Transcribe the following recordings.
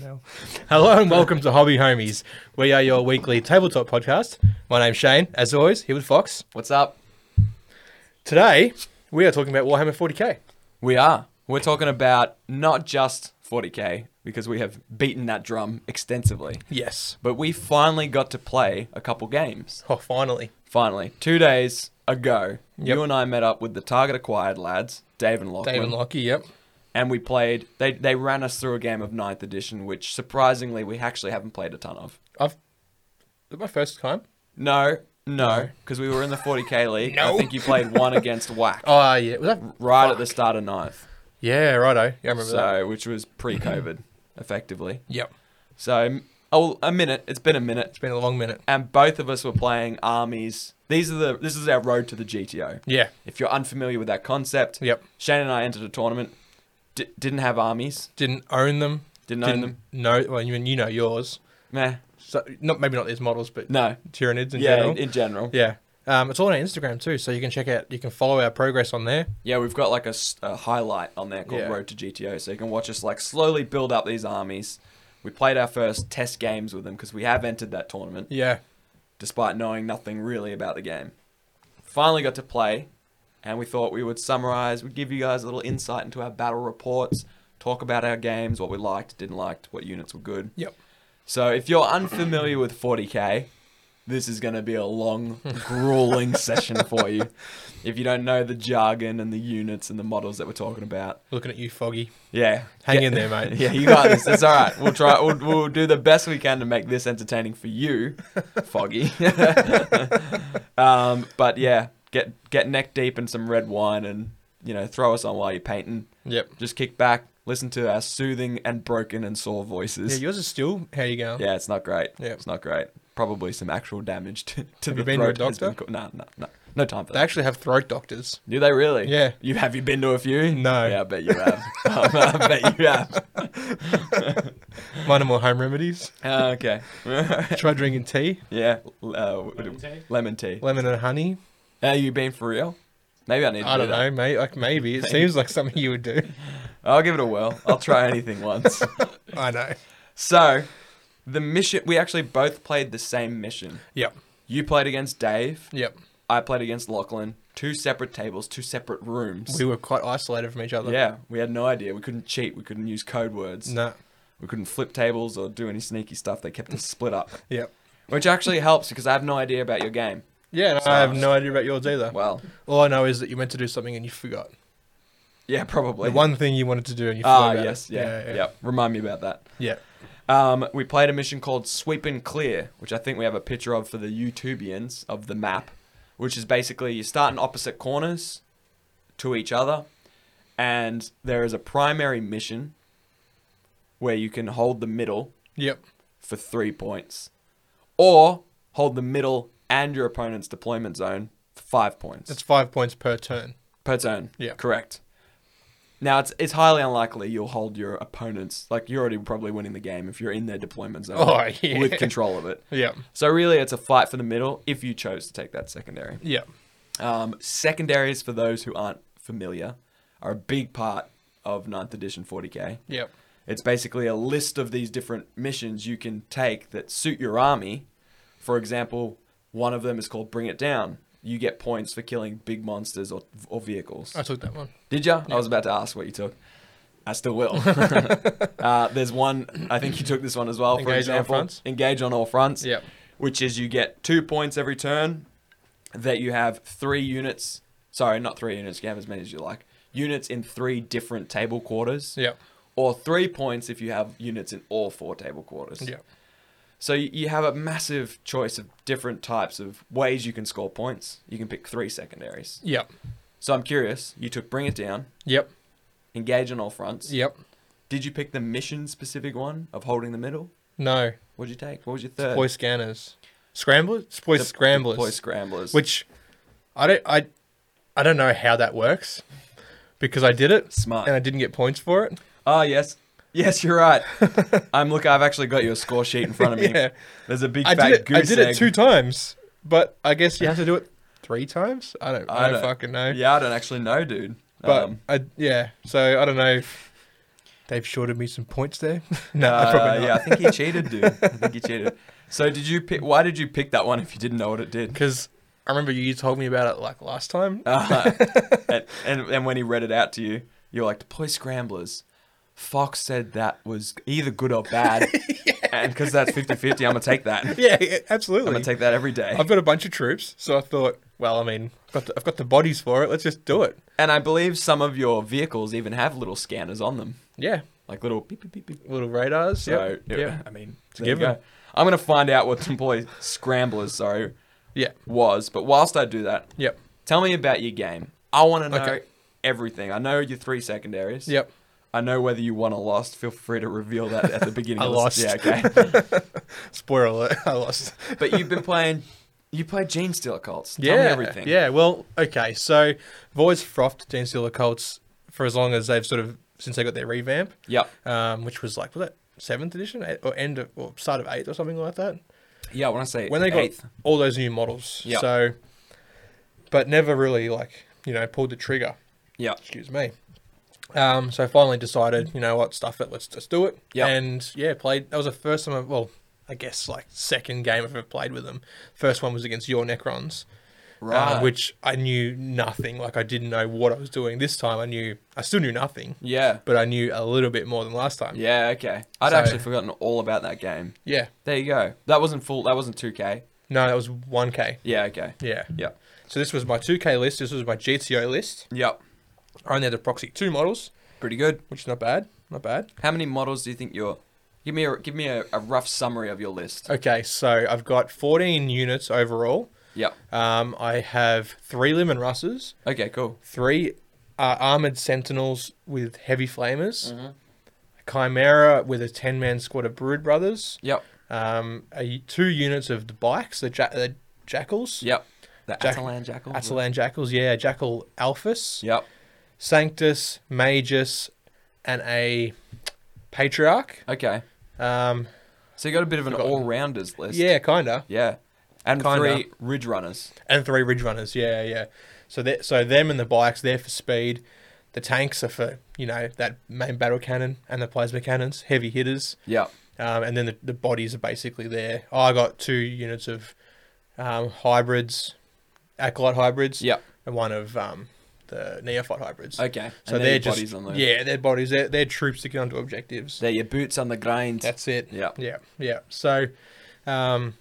hell. Hello and welcome to Hobby Homies. We are your weekly tabletop podcast. My name's Shane, as always, here with Fox. What's up? Today, we are talking about Warhammer 40k. We are. We're talking about not just 40k, because we have beaten that drum extensively, Yes. but we finally got to play a couple games. Oh, finally. Finally, two days ago, Yep. you and I met up with the Target Acquired lads, Dave and Lachlan, Dave and Lockie, yep. and we played. They, they ran us through a game of 9th edition, which surprisingly we actually haven't played a ton of. I've. Is it my first time? No, no, because we were in the 40k league. No. I think you played one against Whack Oh, yeah. Was that. right at the start of 9th, Yeah, righto. Yeah, I remember that. so, which was pre COVID, effectively. Yep. So, oh, a minute. It's been a minute, It's been a long minute. and both of us were playing armies. These are the. This is our road to the GTO. Yeah. If you're unfamiliar with that concept, Yep. Shane and I entered a tournament. D- didn't have armies. Didn't own them. Didn't own them. No, well, you, you know yours. Meh. So, not Maybe not these models, but No. Tyranids in yeah, general. in, in general. Yeah. yeah. Um, it's all on our Instagram too, so you can check out, you can follow our progress on there. we've got like a, s- a highlight on there called Yeah. Road to GTO, so you can watch us like slowly build up these armies. We played our first test games with them because we have entered that tournament. Yeah. despite knowing nothing really about the game. Finally got to play, and we thought we would summarize, we'd give you guys a little insight into our battle reports, talk about our games, what we liked, didn't liked, what units were good. Yep. So if you're unfamiliar with 40k, this is going to be a long, grueling session for you. If you don't know the jargon and the units and the models that we're talking about, Looking at you, Foggy. yeah, Hang get- in there, mate. yeah, you got this. It's all right. We'll try. We'll, we'll do the best we can to make this entertaining for you, Foggy. um, but yeah, get get neck deep in some red wine, and you know, throw us on while you're painting. Yep. Just kick back, listen to our soothing and broken and sore Yeah, voices. Yeah, yours is still how you going? it's not great. Yeah. it's not great. Probably some actual damage to, to Have the you been to a throat. has been doctor? co- No, no, no, no time for They that. actually have throat doctors. Do they really? Yeah. You have you been to a few? No. Yeah, I bet you have. I bet you have. Mine are more home remedies. Ah, okay. Try drinking tea, yeah. l- Uh, lemon tea. Lemon tea. lemon and honey. Are you being for real? Maybe I need to I do don't know, that. mate. Like maybe it seems like something you would do. I'll give it a whirl. I'll try anything once. I know. So, the mission. We actually both played the same mission. Yep. You played against Dave. Yep. I played against Lachlan. Two separate tables, two separate rooms. We were quite isolated from each other. yeah, we had no idea. We couldn't cheat. We couldn't use code words. No. We couldn't flip tables or do any sneaky stuff. They kept us split up, Yep. which actually helps because I have no idea about your game. Yeah, and I have no idea about yours either. Well, All I know is that you meant to do something and you forgot. yeah, probably. The one thing you wanted to do and you forgot. Ah, about yes, it. yeah, yeah, Remind me about that. yeah. Um, we played a mission called Sweep and Clear, which I think we have a picture of for the YouTubians of the map, which is basically you start in opposite corners to each other, and there is a primary mission where you can hold the middle Yep. for three points, or hold the middle and your opponent's deployment zone for five points That's five points per turn. per turn. Yeah. correct. Now it's it's highly unlikely you'll hold your opponents. Like you're already probably winning the game if you're in their deployment zone Oh, yeah. with control of it. Yep. So really, it's a fight for the middle if you chose to take that secondary. Yep. Um, secondaries for those who aren't familiar are a big part of 9th edition 40k. Yep. It's basically a list of these different missions you can take that suit your army. For example, one of them is called Bring It Down. You get points for killing big monsters or, or vehicles. I took that one. Did you? I was about to ask what you took. I still will. uh, there's one. I think you took this one as well. for Engage on all example. fronts. Engage on all fronts. Yep. Which is you get two points every turn. That you have three units. Sorry, not three units. You can have as many as you like. Units in three different table quarters. Yep. Or three points if you have units in all four table quarters. Yep. So you- you have a massive choice of different types of ways you can score points. You can pick three secondaries. Yep. So I'm curious. You took Bring It Down Yep. engage on all fronts. Yep. Did you pick the mission specific one of holding the middle? No. What'd you take? What was your third? Ploy scanners. Scramblers? Ploy De- scramblers. Deploy scramblers. Which I don't I I don't know how that works. Because I did it smart. and I didn't get points for it. Ah, yes. Yes, you're right. I'm look. I've actually got your score sheet in front of me. Yeah. There's a big I fat did it I goose did it egg. two times. But I guess you have to do it three times? I don't um, I, I don't don't- fucking know. Um, Yeah, I don't actually know, dude. But um, I yeah. So I don't know if They've shorted me some points there. no, Uh, probably not. Yeah, I think he cheated, dude. I think he cheated. So did you pick? Why did you pick that one if you didn't know what it did? Because I remember you told me about it like last time. Uh, and, and and when he read it out to you, you were like, "Deploy scramblers." Fox said that was either good or bad, and because that's 50-50, I'm gonna take that. I'm yeah, yeah, absolutely. gonna take that every day. I've got a bunch of troops, so I thought, well, I mean, I've got the, I've got the bodies for it. Let's just do it. And I believe some of your vehicles even have little scanners on them, Yeah, like little beep beep beep. beep. little radars. So yep. it- yep. I mean, It's a there you given. go. I'm gonna find out what deploy scramblers sorry yeah, was, but whilst I do that, yep, Tell me about your game. I want to know Okay. everything. I know your three secondaries. yep. I know whether you won or lost. Feel free to reveal that at the beginning. I of lost. This. Yeah, okay. Spoiler alert, I lost. but you've been playing. You played Gene Stealer Cults. Tell yeah, me everything. Yeah, well, okay. So I've always frothed Dan Steeler Colts for as long as they've sort of since they got their revamp, Yep. um, which was like was that seventh edition Eight- or end of, or start of eighth or something like that. Yeah. When I say when they got eighth, all those new models. Yep. So, but never really like you know pulled the trigger. Yeah. Excuse me. Um, so I finally decided, you know what, stuff it, let's just do it. Yep. And yeah, played. That was the first time. I, well, I guess like second game I've ever played with them. First one was against your Necrons, uh, right. which I knew nothing. Like I didn't know what I was doing. This time I knew. I still knew nothing, Yeah. but I knew a little bit more than last time. Yeah. Okay. I'd So- actually forgotten all about that game. Yeah. There you go. That wasn't full. That wasn't two K. No, that was one K. Yeah. Okay. Yeah. Yep. So this was my two K list. This was my GTO list. Yep. I only had to proxy two models, Pretty good. which is not bad. Not bad. How many models do you think you're? Give me a give me a, a rough summary of your list. Okay, so I've got 14 units overall. Yep. Um, I have three Lemon Russes, Okay. Cool. three uh, Armoured Sentinels with heavy flamers, a Chimera with a 10 man squad of Brood Brothers, Yep. um, a, two units of the bikes, the, ja- the Jackals, Yep. The Jack- Atalan Jackal. Atalan Jackals, yeah, Jackal Alphas, Yep. Sanctus, Magus, and a Patriarch. Okay. Um, So you got a bit of an Forgotten. all rounders list. yeah, kinda. Yeah. And Kinda. three ridge runners. and three ridge runners. Yeah, yeah. So that so them and the bikes they're for speed. The tanks are for you know that main battle cannon and the plasma cannons, heavy hitters. Yep. Um, and then the, the bodies are basically there. I got two units of um, hybrids, acolyte hybrids, Yep. and one of um, the neophyte hybrids. Okay. So and they're your just bodies on those. yeah, their bodies, they're, they're troops that get onto objectives. They're your boots on the grind. That's it. Yeah. Yeah, yeah. So, um,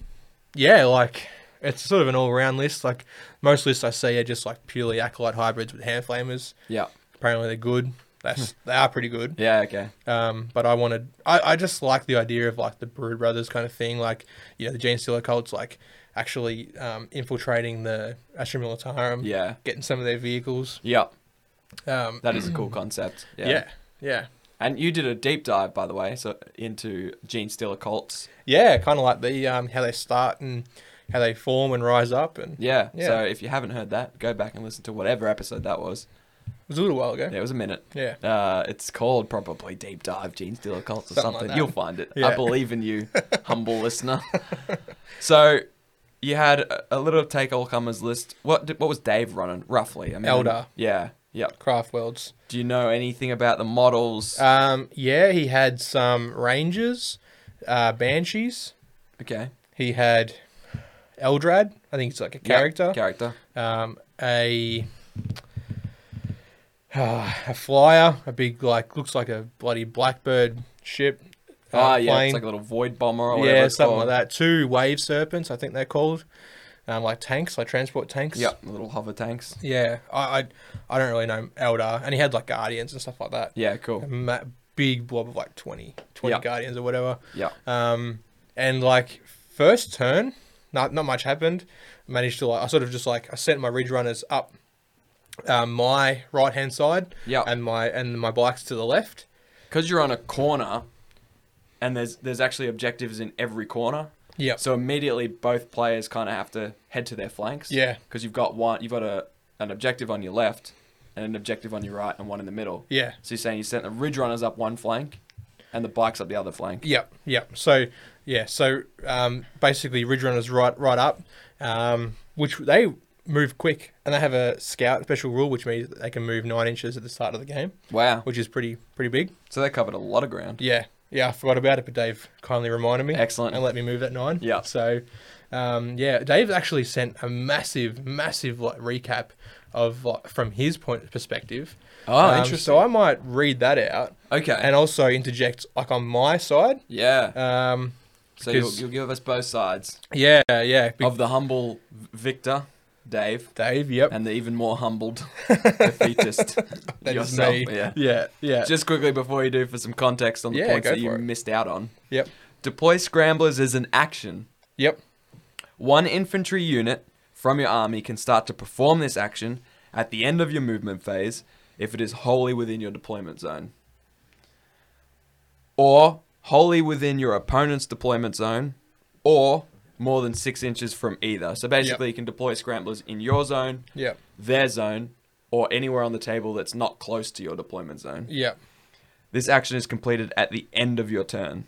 yeah, like it's sort of an all-round list. Like most lists I see are just like purely acolyte hybrids with hand flamers. Yeah. Apparently they're good. That's they are pretty good. Hmm. Yeah. Okay. Um, but I wanted I, I just like the idea of like the Brood Brothers kind of thing. Like you know the Gene Stealer cults like actually um, infiltrating the Astra Militarum. Yeah. Getting some of their vehicles. Yep. Um, That is a cool concept. Yeah. yeah. yeah. Yeah. And you did a deep dive, by the way, so into Gene Steeler cults. kind of like the um, how they start and how they form and rise up and Yeah. Yeah. So if you haven't heard that, go back and listen to whatever episode that was. It was a little while ago. Yeah, it was a minute. Yeah. Uh, it's called probably Deep Dive Gene Stealer Cults or Something like something. that. You'll find it. I Yeah. believe in you, humble listener. So you had a- a little take all comers list. What did, what was Dave running roughly? I mean, Eldar. Yeah. Yep. Craft Worlds. Do you know anything about the models? Um, yeah, he had some Rangers, uh, Banshees. okay. He had Eldrad. I think it's like a Yeah, character. Character. um, a uh, a flyer, a big like looks like a bloody blackbird ship. uh, Ah, yeah. It's plane. like a little void bomber or whatever. yeah, it's something called. like that. Two wave serpents, I think they're called. Um, like tanks, like transport tanks. Yep. Little hover tanks. Yeah, I, I I don't really know Eldar, and he had like guardians and stuff like that. Yeah. a Cool. ma- big blob of like 20, 20 Yeah. guardians or whatever. Yeah. Um, and like first turn, not not much happened. Managed to like I sort of just like I sent my ridge runners up um, my right hand side, Yeah. and my and my bikes to the left. Because you're on a corner, and there's there's actually objectives in every corner. Yeah, So immediately both players kind of have to head to their flanks. Yeah. Because you've got one, you've got a an objective on your left, and an objective on your right, and one in the middle. yeah, So you're saying you sent the ridge runners up one flank, and the bikes up the other flank. yeah, yeah. So yeah, so um, basically ridge runners right right up, um, which they move quick, and they have a scout special rule, which means that they can move nine inches at the start of the game, Wow. which is pretty pretty big. So they covered a lot of ground. Yeah, yeah, I forgot about it, but Dave kindly reminded me. Excellent. and let me move that nine. Yeah. So, um, yeah, Dave actually sent a massive, massive like recap of like, from his point perspective. Oh, Um, interesting. So I might read that out Okay. and uh, also interject like on my side. yeah. Um, so you'll, because- you'll give us both sides yeah, yeah. Big of the humble V- Victor, Dave, Dave, yep. and the even more humbled defeatist That is yourself. me. Yeah. yeah, yeah. Just quickly before you do, for some context on the Yeah, points go that you for it. missed out on. Yep. Deploy scramblers is an action. yep. One infantry unit from your army can start to perform this action at the end of your movement phase if it is wholly within your deployment zone. Or wholly within your opponent's deployment zone, or more than six inches from either. So basically, you can deploy scramblers in your zone, Yep. their zone, or anywhere on the table that's not close to your deployment zone. Yep. This action is completed at the end of your turn.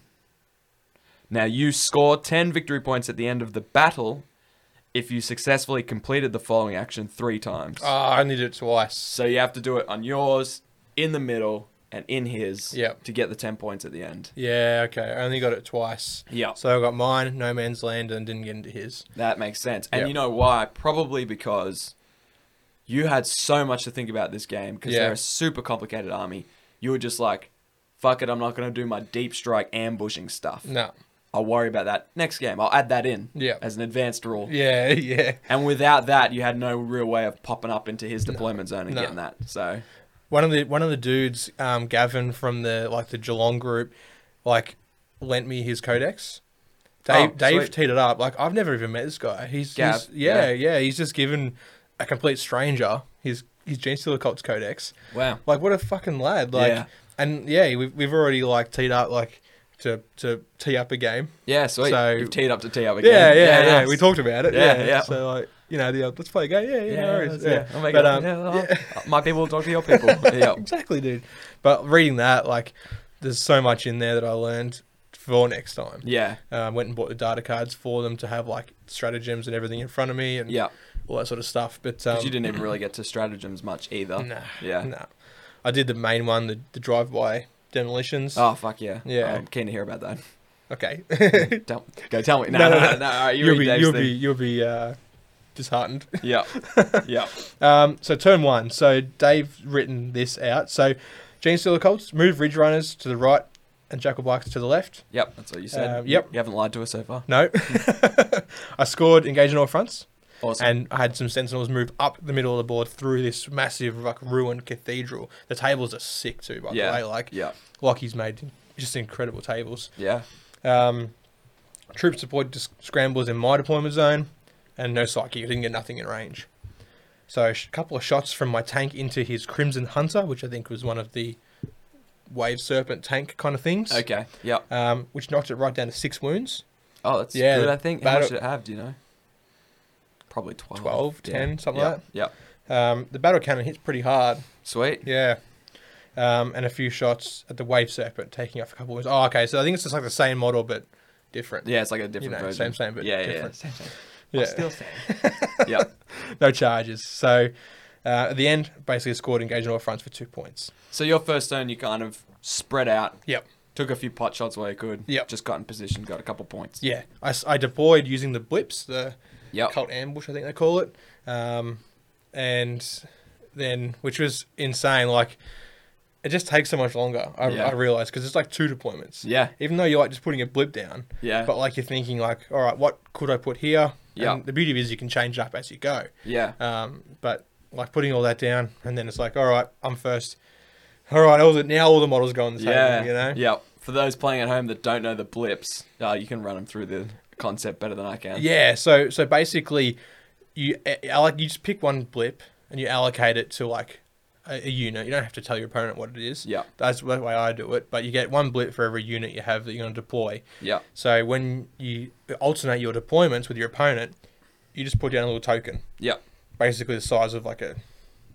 Now, you score 10 victory points at the end of the battle if you successfully completed the following action three times. Ah, I only did it twice. so you have to do it on yours, in the middle, and in his Yep. to get the 10 points at the end. Yeah, okay. I only got it twice. Yeah. So I got mine, No Man's Land, and didn't get into his. That makes sense. And Yep. you know why? Probably because you had so much to think about this game because Yeah. they're a super complicated army. You were just like, fuck it, I'm not going to do my deep strike ambushing stuff. No. I'll worry about that next game. I'll add that in Yeah. as an advanced rule. Yeah, yeah. And without that, you had no real way of popping up into his deployment zone and no. getting that. So One of the one of the dudes, um, Gavin from the like the Geelong group, like lent me his codex. Dave Oh, Dave sweet. teed it up. Like I've never even met this guy. He's, Gav, he's- yeah, yeah, He's just given a complete stranger his his Gene Silicot's codex. wow, Like what a fucking lad. Like Yeah. and yeah, we've we've already like teed up like to to tee up a game. yeah, sweet. So- You've teed up to tee up again. Yeah, yeah, yeah. nice. We talked about it. Yeah, Yeah, yeah. So like you know, the, uh, let's play a game. Yeah, yeah, Yeah, no worries. yeah, Yeah. I'll make But, it- um, yeah, uh, I'll- my people will talk to your people. yeah, exactly, dude. But reading that, like, there's so much in there that I learned for next time. yeah, Um, went and bought the data cards for them to have like stratagems and everything in front of me and yeah. all that sort of stuff. But 'Cause um, you didn't even really get to stratagems much either. Nah, Yeah. nah. I did the main one, the, the drive-by demolitions. Oh fuck yeah. Yeah. I'm keen to hear about that. Okay, Don't go tell me. No, No, no, no, no. no. all right, you you'll read be Dave's you'll thing. be you'll be uh, disheartened. Yeah, yeah. Um, so turn one. So Dave written this out. So Gene Silicolts move Ridge Runners to the right and Jackal Bikes to the left. Yep, that's what you said. Um, yep. You haven't lied to us so far. No. I scored engaged on all fronts, Awesome. and I had some sentinels move up the middle of the board through this massive like ruined cathedral. The tables are sick too, by Yeah, the way. Like yeah, Lockie's made just incredible tables. yeah. Um, troop support just scrambles in my deployment zone, and no psyche. I didn't get nothing in range. So a sh- couple of shots from my tank into his Crimson Hunter, which I think was one of the wave serpent tank kind of things. Okay. Yep. Um, which knocked it right down to six wounds. Oh, that's Yeah, good. the I think. How much battle- did it have? Do you know? Probably 12. 12, 10, something like that. Yep. Um, the battle cannon hits pretty hard. Sweet. Yeah. Um, and a few shots at the wave serpent, taking off a couple of wounds. Oh, okay. So I think it's just like the same model, but different. Yeah, it's like a different know, version. same, same, but yeah, yeah, different. Yeah, same, same. Yeah. same. yep. No charges. So uh, at the end, basically scored engaged on all fronts for two points. So your first turn, you kind of spread out, Yep. took a few pot shots where you could. Yep. Just got in position, got a couple points. Yeah. I, s- I deployed using the blips, the Yep. cult ambush, I think they call it. Um, and then, which was insane. Like, it just takes so much longer, I, Yeah. I realized, because it's like two deployments. Yeah. Even though you're like just putting a blip down, Yeah. But like you're thinking like, all right, what could I put here? Yeah. And the beauty of it is you can change up as you go. yeah. Um, but like putting all that down and then it's like, all right, I'm first. All right, all the, now all the models go on the table, yeah. you know? Yep. For those playing at home that don't know the blips, uh, you can run them through the concept better than I can. Yeah, so so basically you a- alloc- you just pick one blip and you allocate it to like a, a unit. You don't have to tell your opponent what it is. Yeah. That's the way I do it, but you get one blip for every unit you have that you're going to deploy. Yep. So when you alternate your deployments with your opponent, you just put down a little token, Yep. basically the size of like a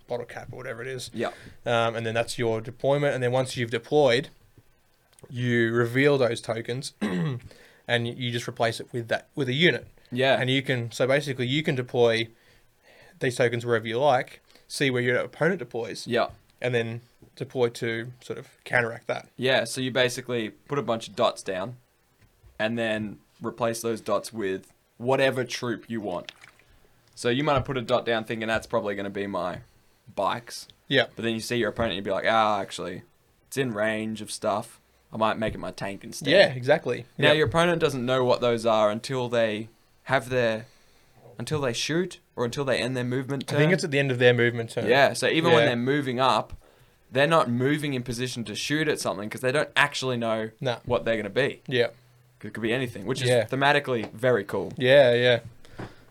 bottle cap or whatever it is. Yep. Um, and then that's your deployment. And then once you've deployed, you reveal those tokens, and you just replace it with that with a unit. Yeah. And you can so basically you can deploy these tokens wherever you like, see where your opponent deploys, Yeah. and then deploy to sort of counteract that. Yeah, so you basically put a bunch of dots down and then replace those dots with whatever troop you want. So you might have put a dot down thinking that's probably going to be my bikes, Yeah. but then you see your opponent you'd be like, "Ah, actually, it's in range of stuff. I might make it my tank instead." Yeah, exactly. Now Yeah. your opponent doesn't know what those are until they have their until they shoot or until they end their movement I turn. think it's at the end of their movement turn. Yeah, so even when Yeah. they're moving up, they're not moving in position to shoot at something because they don't actually know Nah. what they're going to be. Yeah. 'Cause It could be anything, which is Yeah. thematically very cool. Yeah, yeah,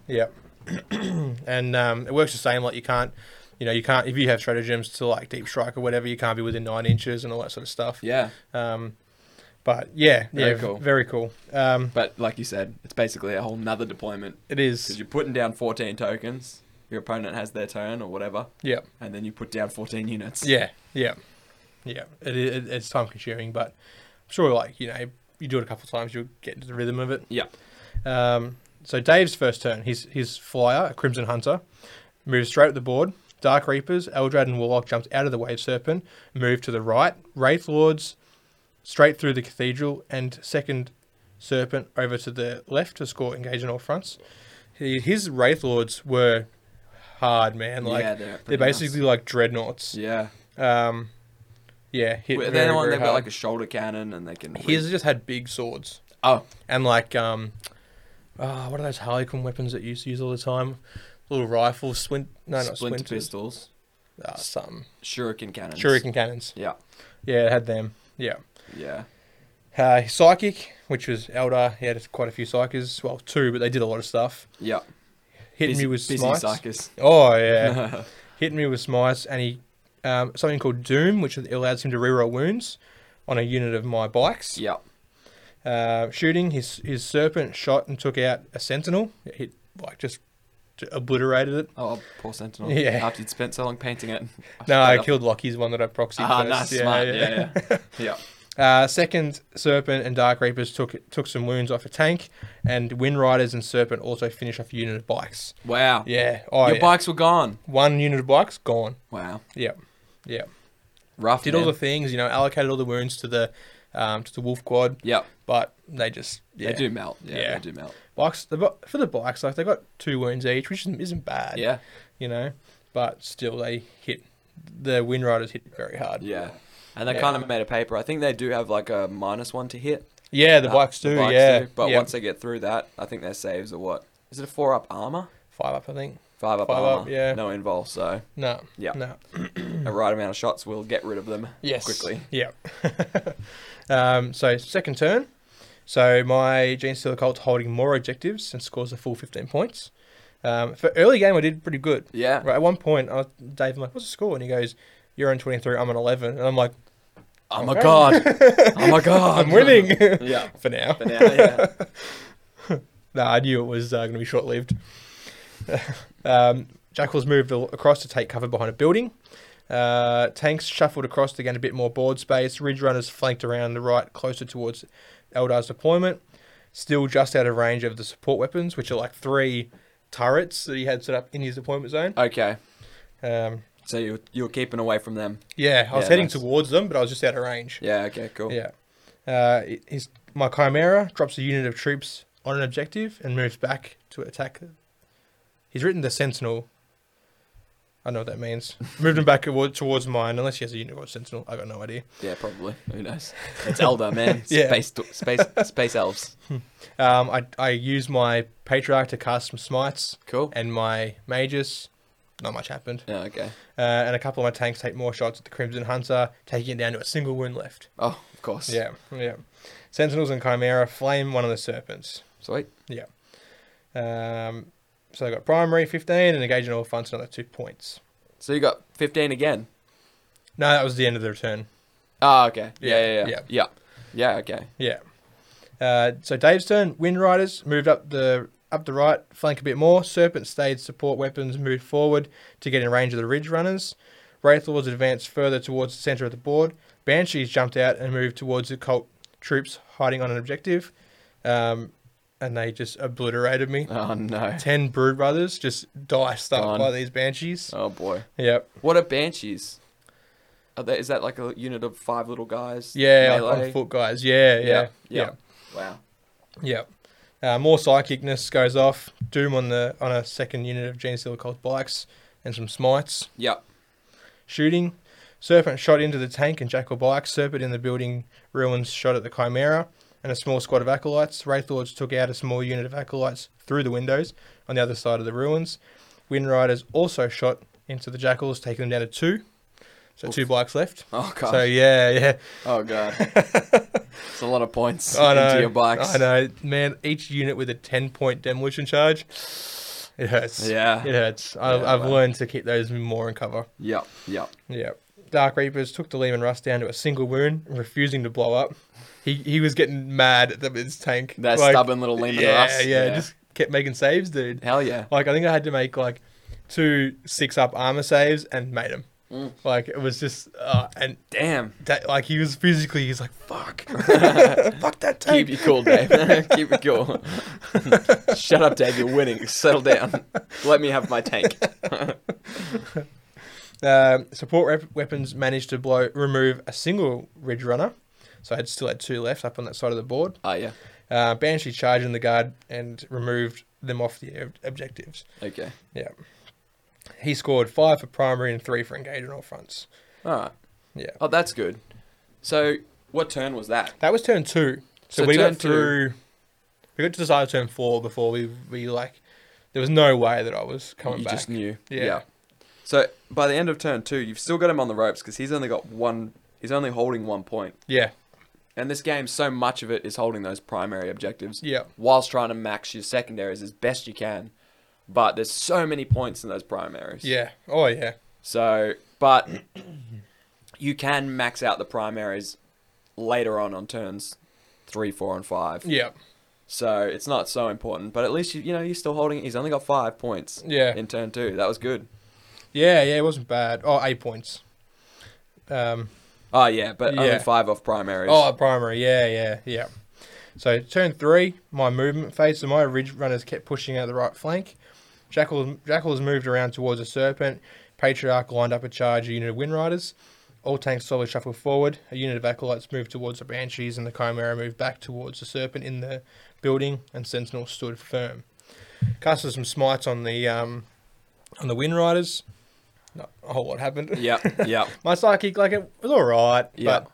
yeah. and um, it works the same. Like you can't, you know, you can't if you have stratagems to like deep strike or whatever, you can't be within nine inches and all that sort of stuff. Yeah, Um, but yeah, Very yeah, cool. very cool. Um, but like you said, it's basically a whole nother deployment it because is. you're putting down 14 tokens. Your opponent has their turn or whatever, Yeah, and then you put down 14 units. yeah, yeah, yeah. It, i- it, it's time consuming, but I'm sure like you know you do it a couple of times, you'll get into the rhythm of it. Yeah. Um, so Dave's first turn, his his flyer, a Crimson Hunter, moves straight up the board. Dark Reapers, Eldrad, and Warlock jumps out of the Wave Serpent, move to the right. Wraith Lords, straight through the Cathedral, and Second Serpent over to the left to score engage on all fronts. He- His Wraith Lords were hard, man. Like yeah, they're, they're pretty nice. basically like dreadnoughts. yeah. Um, yeah, hit Well, very, they're the one very they've got hard. like a shoulder cannon and they can. re- His just had big swords oh, and like um, oh, what are those Harlequin weapons that you used to use all the time? Little rifle, splint, no, not splinter splinters, pistols, uh, some shuriken cannons. shuriken cannons. Yeah, Yeah, it had them. Yeah, yeah. uh, psychic, which was Eldar. He had quite a few psychers, well, two, but they did a lot of stuff. Yeah. Hit busy, me with busy smites. psychers. Oh yeah, hit me with smites, and he um, something called doom, which allows him to reroll wounds on a unit of my bikes. yeah. uh, shooting. His his serpent shot and took out a sentinel. It hit, like just j- obliterated it. Oh, poor Sentinel. Yeah. After you'd spent so long painting it. No, I straight up- killed Lockie's one that I proxied Ah, first. nice, Yeah, smart. yeah. Yeah, yeah. yeah. Uh, second serpent and dark reapers took took some wounds off a tank, and wind riders and serpent also finished off a unit of bikes. Wow. Yeah, oh, Your yeah. bikes were gone. one unit of bikes gone. Wow. Yeah, yeah. Rough. Did man. all the things, you know, allocated all the wounds to the um, to the wolf quad, Yep. but they just yeah. They do melt. Yeah, Yeah. They do melt. Bikes the, bi- for the bikes, like they got two wounds each, which isn't, isn't bad. Yeah. you know. But still, they hit the Wind Riders hit very hard. Yeah. And they Yeah. kind of made a paper. I think they do have like a minus one to hit. yeah, the Uh, bikes do. the bikes yeah, do. But yeah. once they get through that, I think their saves are what? Is it a four up armor? five up, I think. Five up Five up, armor. yeah. No involve. So No, Yeah. no, a right amount of shots will get rid of them yes, quickly. Yeah. um, so second turn. So my Gene Steeler Colt's holding more objectives and scores a full fifteen points. Um, for early game, I did pretty good. Yeah. Right, at one point, I was, Dave, I'm like, "What's the score?" And he goes, "You're on twenty three. I'm on 11. and I'm like, Oh my Okay. god. Oh my god. "I'm winning yeah. for now." But now, yeah. No, I knew it was uh, going to be short lived. um, Jackals moved al- across to take cover behind a building. Uh, tanks shuffled across to gain a bit more board space. Ridge runners flanked around the right, closer towards Eldar's deployment. Still just out of range of the support weapons, which are like three turrets that he had set up in his deployment zone. Okay. Um, So you you were keeping away from them. yeah, I was Yeah, heading nice. towards them, but I was just out of range. Yeah. Okay. Cool. Yeah. Uh, it- his, my Chimera drops a unit of troops on an objective and moves back to attack. He's written the Sentinel. I know what that means. Moved him back award- towards mine, unless he has a unit called Sentinel. I got no idea. Yeah. Probably. Who knows? It's Elder, man. Yeah. Space space space elves. Um, I, I use my Patriarch to cast some smites Cool. and my Magus. Not much happened. Yeah. Okay. Uh, and a couple of my tanks take more shots at the Crimson Hunter, taking it down to a single wound left. Oh, of course. Yeah, yeah. Sentinels and Chimera flame one of the serpents. Sweet. Um, so I got primary 15 and engage in all funds another two points. So you got 15 again. No, that was the end of the return. Oh, okay. Yeah. Yeah, Yeah. Yeah. yeah. Yeah. Yeah. okay. Yeah. Uh, so Dave's turn. Wind Riders moved up the up the right flank a bit more. Serpent stayed support weapons moved forward to get in range of the Ridge Runners. Wraith Lords advanced further towards the center of the board. Banshees jumped out and moved towards the cult troops hiding on an objective. Um, and they just obliterated me. Oh no. Ten brood brothers just diced up Gone. by these banshees. Oh boy. Yep. What are banshees? Are they, is that like a unit of five little guys? Yeah, like Melee? on foot guys. Yeah, Yeah, yeah, yeah. yeah, Wow. yeah. Uh, more psychicness goes off. Doom on the on a second unit of Gene Stealer Colt bikes and some smites. Yep. Shooting. Serpent shot into the tank and Jackal bikes. Serpent in the building ruins shot at the Chimera and a small squad of acolytes. Wraithlords took out a small unit of acolytes through the windows on the other side of the ruins. Wind Riders also shot into the Jackals, taking them down to two. So two bikes left. Oh god. So yeah, yeah. oh god. It's a lot of points I know. into your bikes. I know, man. Each unit with a ten-point demolition charge, it hurts. Yeah. it hurts. I, Yeah, I've wow. learned to keep those more in cover. Yep. Yep. Yeah. Dark Reapers took the Lehman Rust down to a single wound, refusing to blow up. He he was getting mad at the, his tank. That Like, stubborn little Lehman yeah, Russ. Yeah, just kept making saves, dude. Hell yeah. Like I think I had to make like two six-up armor saves and made them. Mm. Like it was just uh, and Damn. that, like he was physically he's like fuck fuck that tank. Keep your cool, Dave. Keep it cool. Shut up, Dave. You're winning. Settle down. Let me have my tank. Um, support rep- weapons managed to blow remove a single Ridge Runner, so I had still had two left up on that side of the board. Oh yeah. Uh, Banshee charged in the guard and removed them off the ob- objectives. Okay. Yeah, he scored five for primary and three for engage on all fronts. All right. Yeah. Oh, that's good. So, what turn was that? That was turn two, so, So we turn got two- through. We got to the side of turn four before we we like. There was no way that I was coming you back. just knew. Yeah. So by the end of turn two, you've still got him on the ropes because he's only got one. He's only holding one point, Yeah, and this game, so much of it is holding those primary objectives, yeah, whilst trying to max your secondaries as best you can. But there's so many points in those primaries. yeah. Oh yeah, So, but you can max out the primaries later on on turns three, four, and five. yeah, So it's not so important. But at least you, you know you're still holding. He's only got five points yeah. in turn two. That was good. Yeah, yeah, it wasn't bad. Oh, eight points. Um, Oh yeah, but only Yeah. five off primaries. oh, primary. Yeah, yeah, yeah. So turn three, my movement phase. So my ridge runners kept pushing out the right flank. Jackals, Jackals moved around towards a serpent. Patriarch lined up a charge, a unit of wind riders. All tanks slowly shuffled forward. A unit of acolytes moved towards the banshees, and the chimera moved back towards the serpent in the building. And sentinel stood firm. Casted some smites on the um, on the wind riders. Not a whole lot happened. Yep, yep. my psychic like it was all right Yeah. but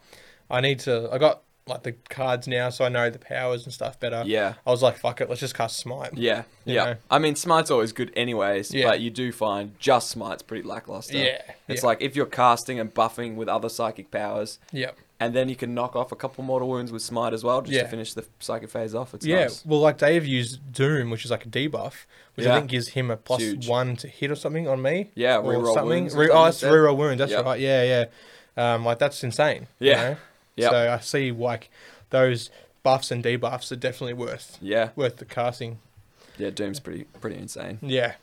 i need to i got like the cards now so i know the powers and stuff better Yeah. i was like fuck it let's just cast smite Yeah, You yeah. know. I mean, Smite's always good, anyways. Yeah. But you do find just Smite's pretty lackluster. Yeah, It's yeah. like if you're casting and buffing with other psychic powers, yeah and then you can knock off a couple mortal wounds with Smite as well, just to Yeah. finish the psychic phase off. It's yeah nice. well like dave used doom which is like a debuff which Yeah. i think gives him a plus Huge. one to hit or something on me Yeah, or reroll something wounds or Re- something oh like it's that. reroll wound that's Yep. right yeah yeah um like that's insane Yeah. Yep. so i see like those buffs and debuffs are definitely worth Yeah, worth the casting yeah. Doom's pretty, pretty insane. Yeah.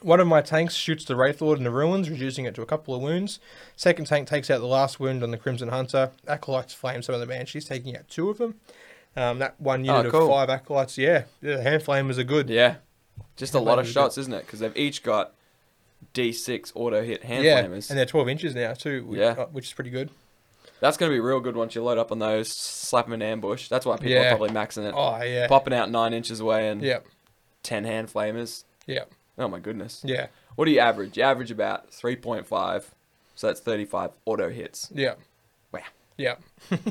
One of my tanks shoots the Wraith Lord in the ruins, reducing it to a couple of wounds. Second tank takes out the last wound on the Crimson Hunter. Acolytes flame some of the Banshees, taking out two of them. Um, that one Oh, unit cool. of five acolytes, yeah, yeah, the hand flamers are good. Yeah, just a Yeah, lot of maybe we shots, isn't it? Because they've each got D6 auto hit hand yeah, flamers. and they're twelve inches now too, which, Yeah. uh, which is pretty good. That's gonna be real good once you load up on those. Slap them in ambush. That's why people are Yeah. probably maxing it, Oh yeah, popping out nine inches away and yeah, ten hand flamers. yeah, Oh my goodness. yeah, What do you average? You average about 3.5. So that's 35 auto hits. yeah. Wow. Yeah,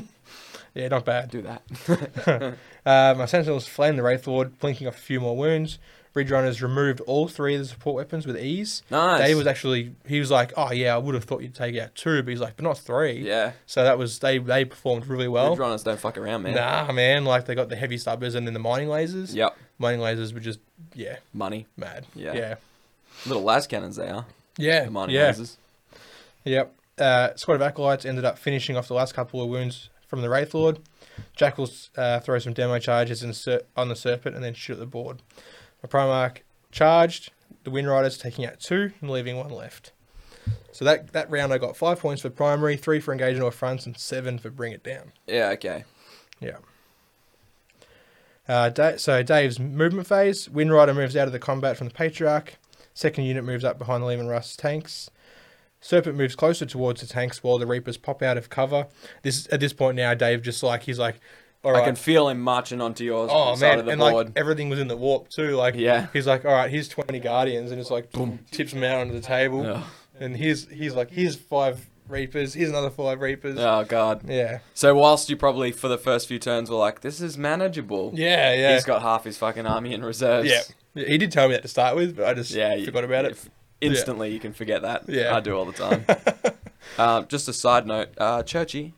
yeah, not bad. Do that. Uh, my sentinels flamed the Wraith Lord, blinking off a few more wounds. Ridge Runners removed all three of the support weapons with ease. Nice. Dave was actually he was like, "Oh yeah, I would have thought you'd take out two, but he's like, but not three. yeah. So that was they they performed really Well, well. runners don't fuck around, man. Nah, man, like they got the heavy stubbers and then the mining lasers. Yep. Mining lasers were just yeah, Money. mad. Yeah. yeah, Little las cannons they are. yeah. The money yeah. lasers. Yep. Uh, squad of acolytes ended up finishing off the last couple of wounds from the Wraith Lord. Jackals uh, throw some demo charges in ser- on the serpent and then shoot at the board. My Primarch charged, the Wind Riders taking out two and leaving one left. So that, that round I got five points for primary, three for engaging all fronts, and seven for bring it down. Yeah, okay. Yeah. Uh, da- so Dave's movement phase. Wind Rider moves out of the combat from the Patriarch. Second unit moves up behind the Lehman Russ tanks. Serpent moves closer towards the tanks while the Reapers pop out of cover. This at this point now, Dave just like he's like, all right, I can feel him marching onto yours on oh the side man, of the and board. like everything was in the warp too. Like Yeah. he's like, all right, here's twenty guardians, and it's like tips them out onto the table, Ugh. and here's he's like, here's five reapers, here's another five reapers. oh god. Yeah, So whilst you probably for the first few turns were like, this is manageable. yeah, yeah. He's got half his fucking army in reserves. yeah, Yeah, he did tell me that to start with, but I just Yeah. you- forgot about it. if- Instantly, you can forget that. Yeah. I do all the time. uh, just a side note, uh, Churchy.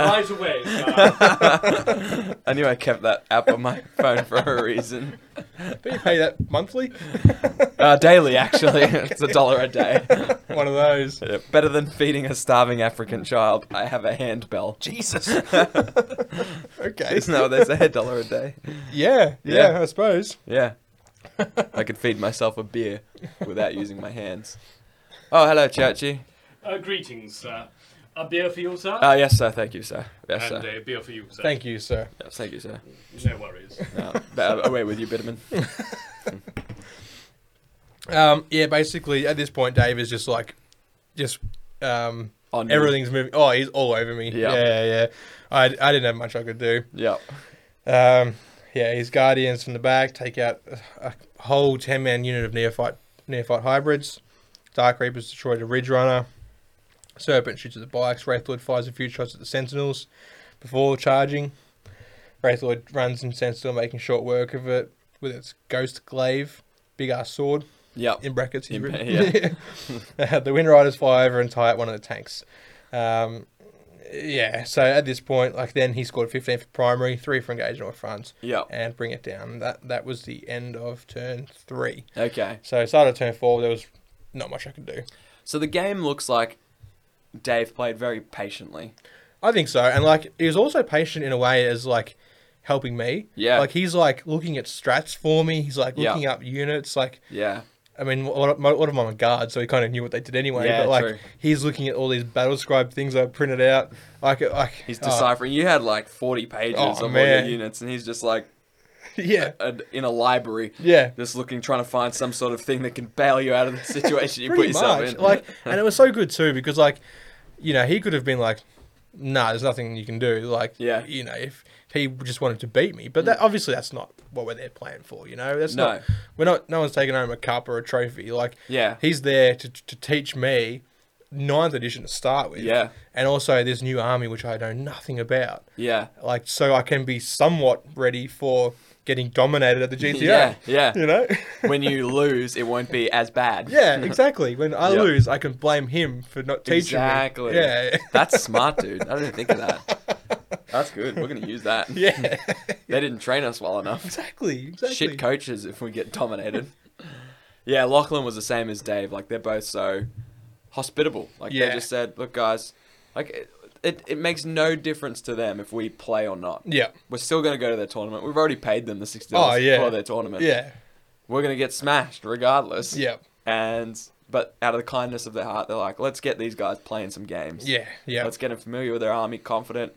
Lies away. Uh, I knew I kept that app on my phone for a reason. Do you pay that monthly? Uh, daily, actually, it's a dollar a day. One of those. Yeah, Better than feeding a starving African child. I have a handbell. Jesus. Okay. Isn't that what they say? A dollar a day. Yeah, yeah, Yeah. I suppose. Yeah. I could feed myself a beer without using my hands. Oh, hello, Churchy. uh, greetings, sir. A beer for you, sir? Oh, yes, sir. Thank you, sir. Yes, and sir. a beer for you, sir. Thank you, sir. Yes, thank you, sir. No worries. Uh, but away with you, Bitterman. Um, yeah, basically at this point, Dave is just like, just um, On you. everything's moving. Oh, he's all over me. Yeah. Yeah, yeah. I, I didn't have much I could do. Yep. Um, yeah, his guardians from the back take out a a whole ten man unit of neophyte neophyte hybrids. Dark Reapers destroyed a Ridge Runner. Serpent shoots at the bikes. Wraithlord fires a few shots at the Sentinels before charging. Wraithlord runs and stands still, making short work of it with its Ghost Glaive, big ass sword Yep. in brackets. He's In- written. Uh, the Wind Riders fly over and tie at one of the tanks. Um, yeah, so at this point, like then he scored 15 for primary, three for engage North front, Yep. and bring it down. That that was the end of turn three. Okay. So start of turn four, there was not much I could do. So the game looks like Dave played very patiently. I think so, and like he was also patient in a way as like helping me. Yeah. like he's like looking at strats for me. He's like looking up units. Like Yeah. I mean, a lot of, a lot of them on guard, so he kind of knew what they did anyway. Yeah, but like, true. he's looking at all these battle scribe things I printed out. Like, like He's oh, deciphering. you had like 40 pages Oh, of all man. your units, and he's just like yeah, a, in a library. yeah, Just looking, trying to find some sort of thing that can bail you out of the situation you put pretty yourself much. in. Like, and it was so good too because like, you know, he could have been like, "Nah, there's nothing you can do." Like, Yeah. Mm. you know, if he just wanted to beat me, but that obviously that's not what we're there playing for. You know, that's No. not we're not. No one's taking home a cup or a trophy. Like, Yeah. he's there to to teach me ninth edition to start with. Yeah. and also this new army which I know nothing about. yeah. like so I can be somewhat ready for getting dominated at the GTO. Yeah. Yeah. You know? when you lose, it won't be as bad. yeah, exactly. When I Yep. lose, I can blame him for not teaching Exactly. me. Yeah. That's smart, dude. I didn't think of that. That's good. We're gonna use that. Yeah. They didn't train us well enough. exactly. Exactly. Shit coaches if we get dominated. Yeah, Lachlan was the same as Dave. Like they're both so hospitable. Like Yeah. they just said, look, guys, like it, it, it makes no difference to them if we play or not. yeah. We're still gonna go to their tournament. We've already paid them the sixty Oh, dollars yeah. for their tournament. Yeah. We're gonna get smashed regardless. Yeah. And but out of the kindness of their heart, they're like, let's get these guys playing some games. Yeah. Yeah. Let's get them familiar with their army, confident.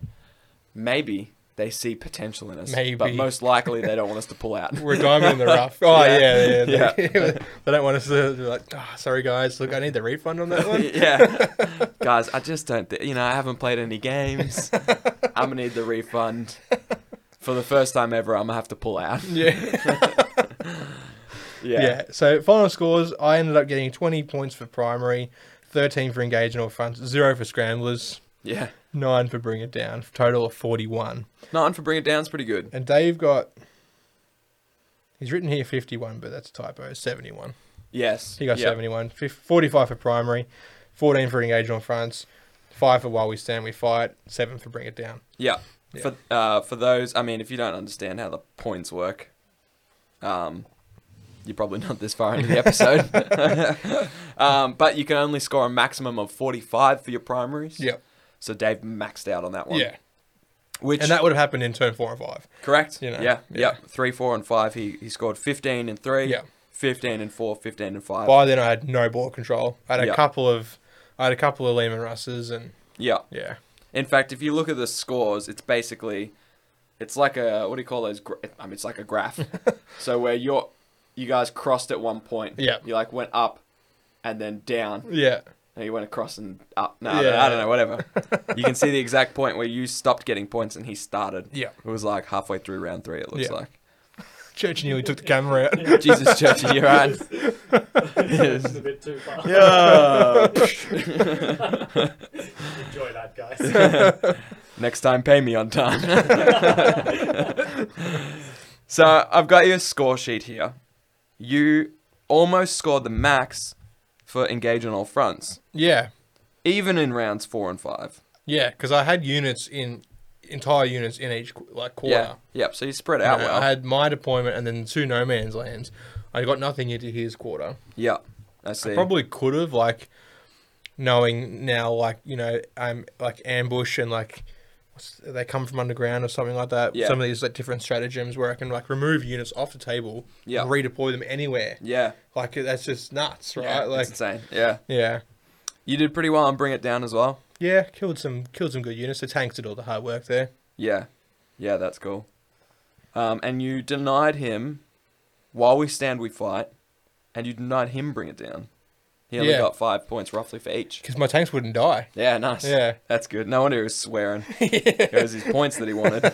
Maybe they see potential in us. But Maybe. most likely they don't want us to pull out. We're a diamond in the rough. Oh Yeah. yeah, yeah. Yeah. They, they don't want us to be like, oh, sorry guys, look, I need the refund on that one. yeah. Guys, I just don't thi- you know, I haven't played any games. I'm gonna need the refund. For the first time ever, I'm gonna have to pull out. yeah. Yeah. Yeah. So final scores, I ended up getting 20 points for primary, 13 for engage in all fronts, zero for scramblers, Yeah. nine for bring it down, total of 41. Nine for bring it down's pretty good. And Dave got. He's written here 51, but that's a typo. 71. Yes. He got yeah. 71. Fif- 45 for primary, 14 for engage on fronts, 5 for while we stand, we fight, 7 for bring it down. Yeah. Yeah. For uh, for those, I mean, if you don't understand how the points work, um, you're probably not this far into the episode. um, but you can only score a maximum of 45 for your primaries. Yep. So Dave maxed out on that one. Yeah. Which And that would have happened in turn 4 and 5. correct? you know, yeah, yeah. yeah. Three, four, and five. He he scored 15 and three. Yeah. 15 and four. 15 and five. By then, I had no ball control. I had a Yeah. couple of. I had a couple of Lehman Russes and Yeah. yeah. In fact, if you look at the scores, it's basically It's like a what do you call those? Gra- I mean, it's like a graph. so where you're, you guys crossed at one point. Yeah. You like went up, and then down. Yeah. And you went across and up. No, I, don't, Yeah. I don't know. Whatever. you can see the exact point where you stopped getting points and he started. Yeah. It was like halfway through round three, it looks Yeah. like. Church nearly took the camera out. Jesus, Churchy, you're right. This is a bit too far. Enjoy that, guys. Next time, pay me on time. so I've got your score sheet here. You almost scored the max for engage on all fronts, Yeah. even in rounds four and five. Yeah, because I had units in entire units in each qu- like quarter. Yeah. Yep. So you spread it You out know, Oh, well. I had my deployment and then two no man's lands. I got nothing into his quarter. yeah. I see. I probably could have like knowing now like you know um like ambush and like what's, they come from underground or something like that. Yeah. Some of these like different stratagems where I can like remove units off the table, Yeah. and redeploy them anywhere. Yeah. Like that's just nuts, right? Yeah, like it's insane. Yeah. yeah, You did pretty well on bring it down as well. yeah, killed some killed some good units. The tanks did all the hard work there. Yeah. Yeah, that's cool. Um, and you denied him while we stand we fight, and you denied him bring it down. He only Yeah. got five points roughly for each. Because my tanks wouldn't die. Yeah, nice. Yeah. That's good. No wonder he was swearing. It was his points that he wanted.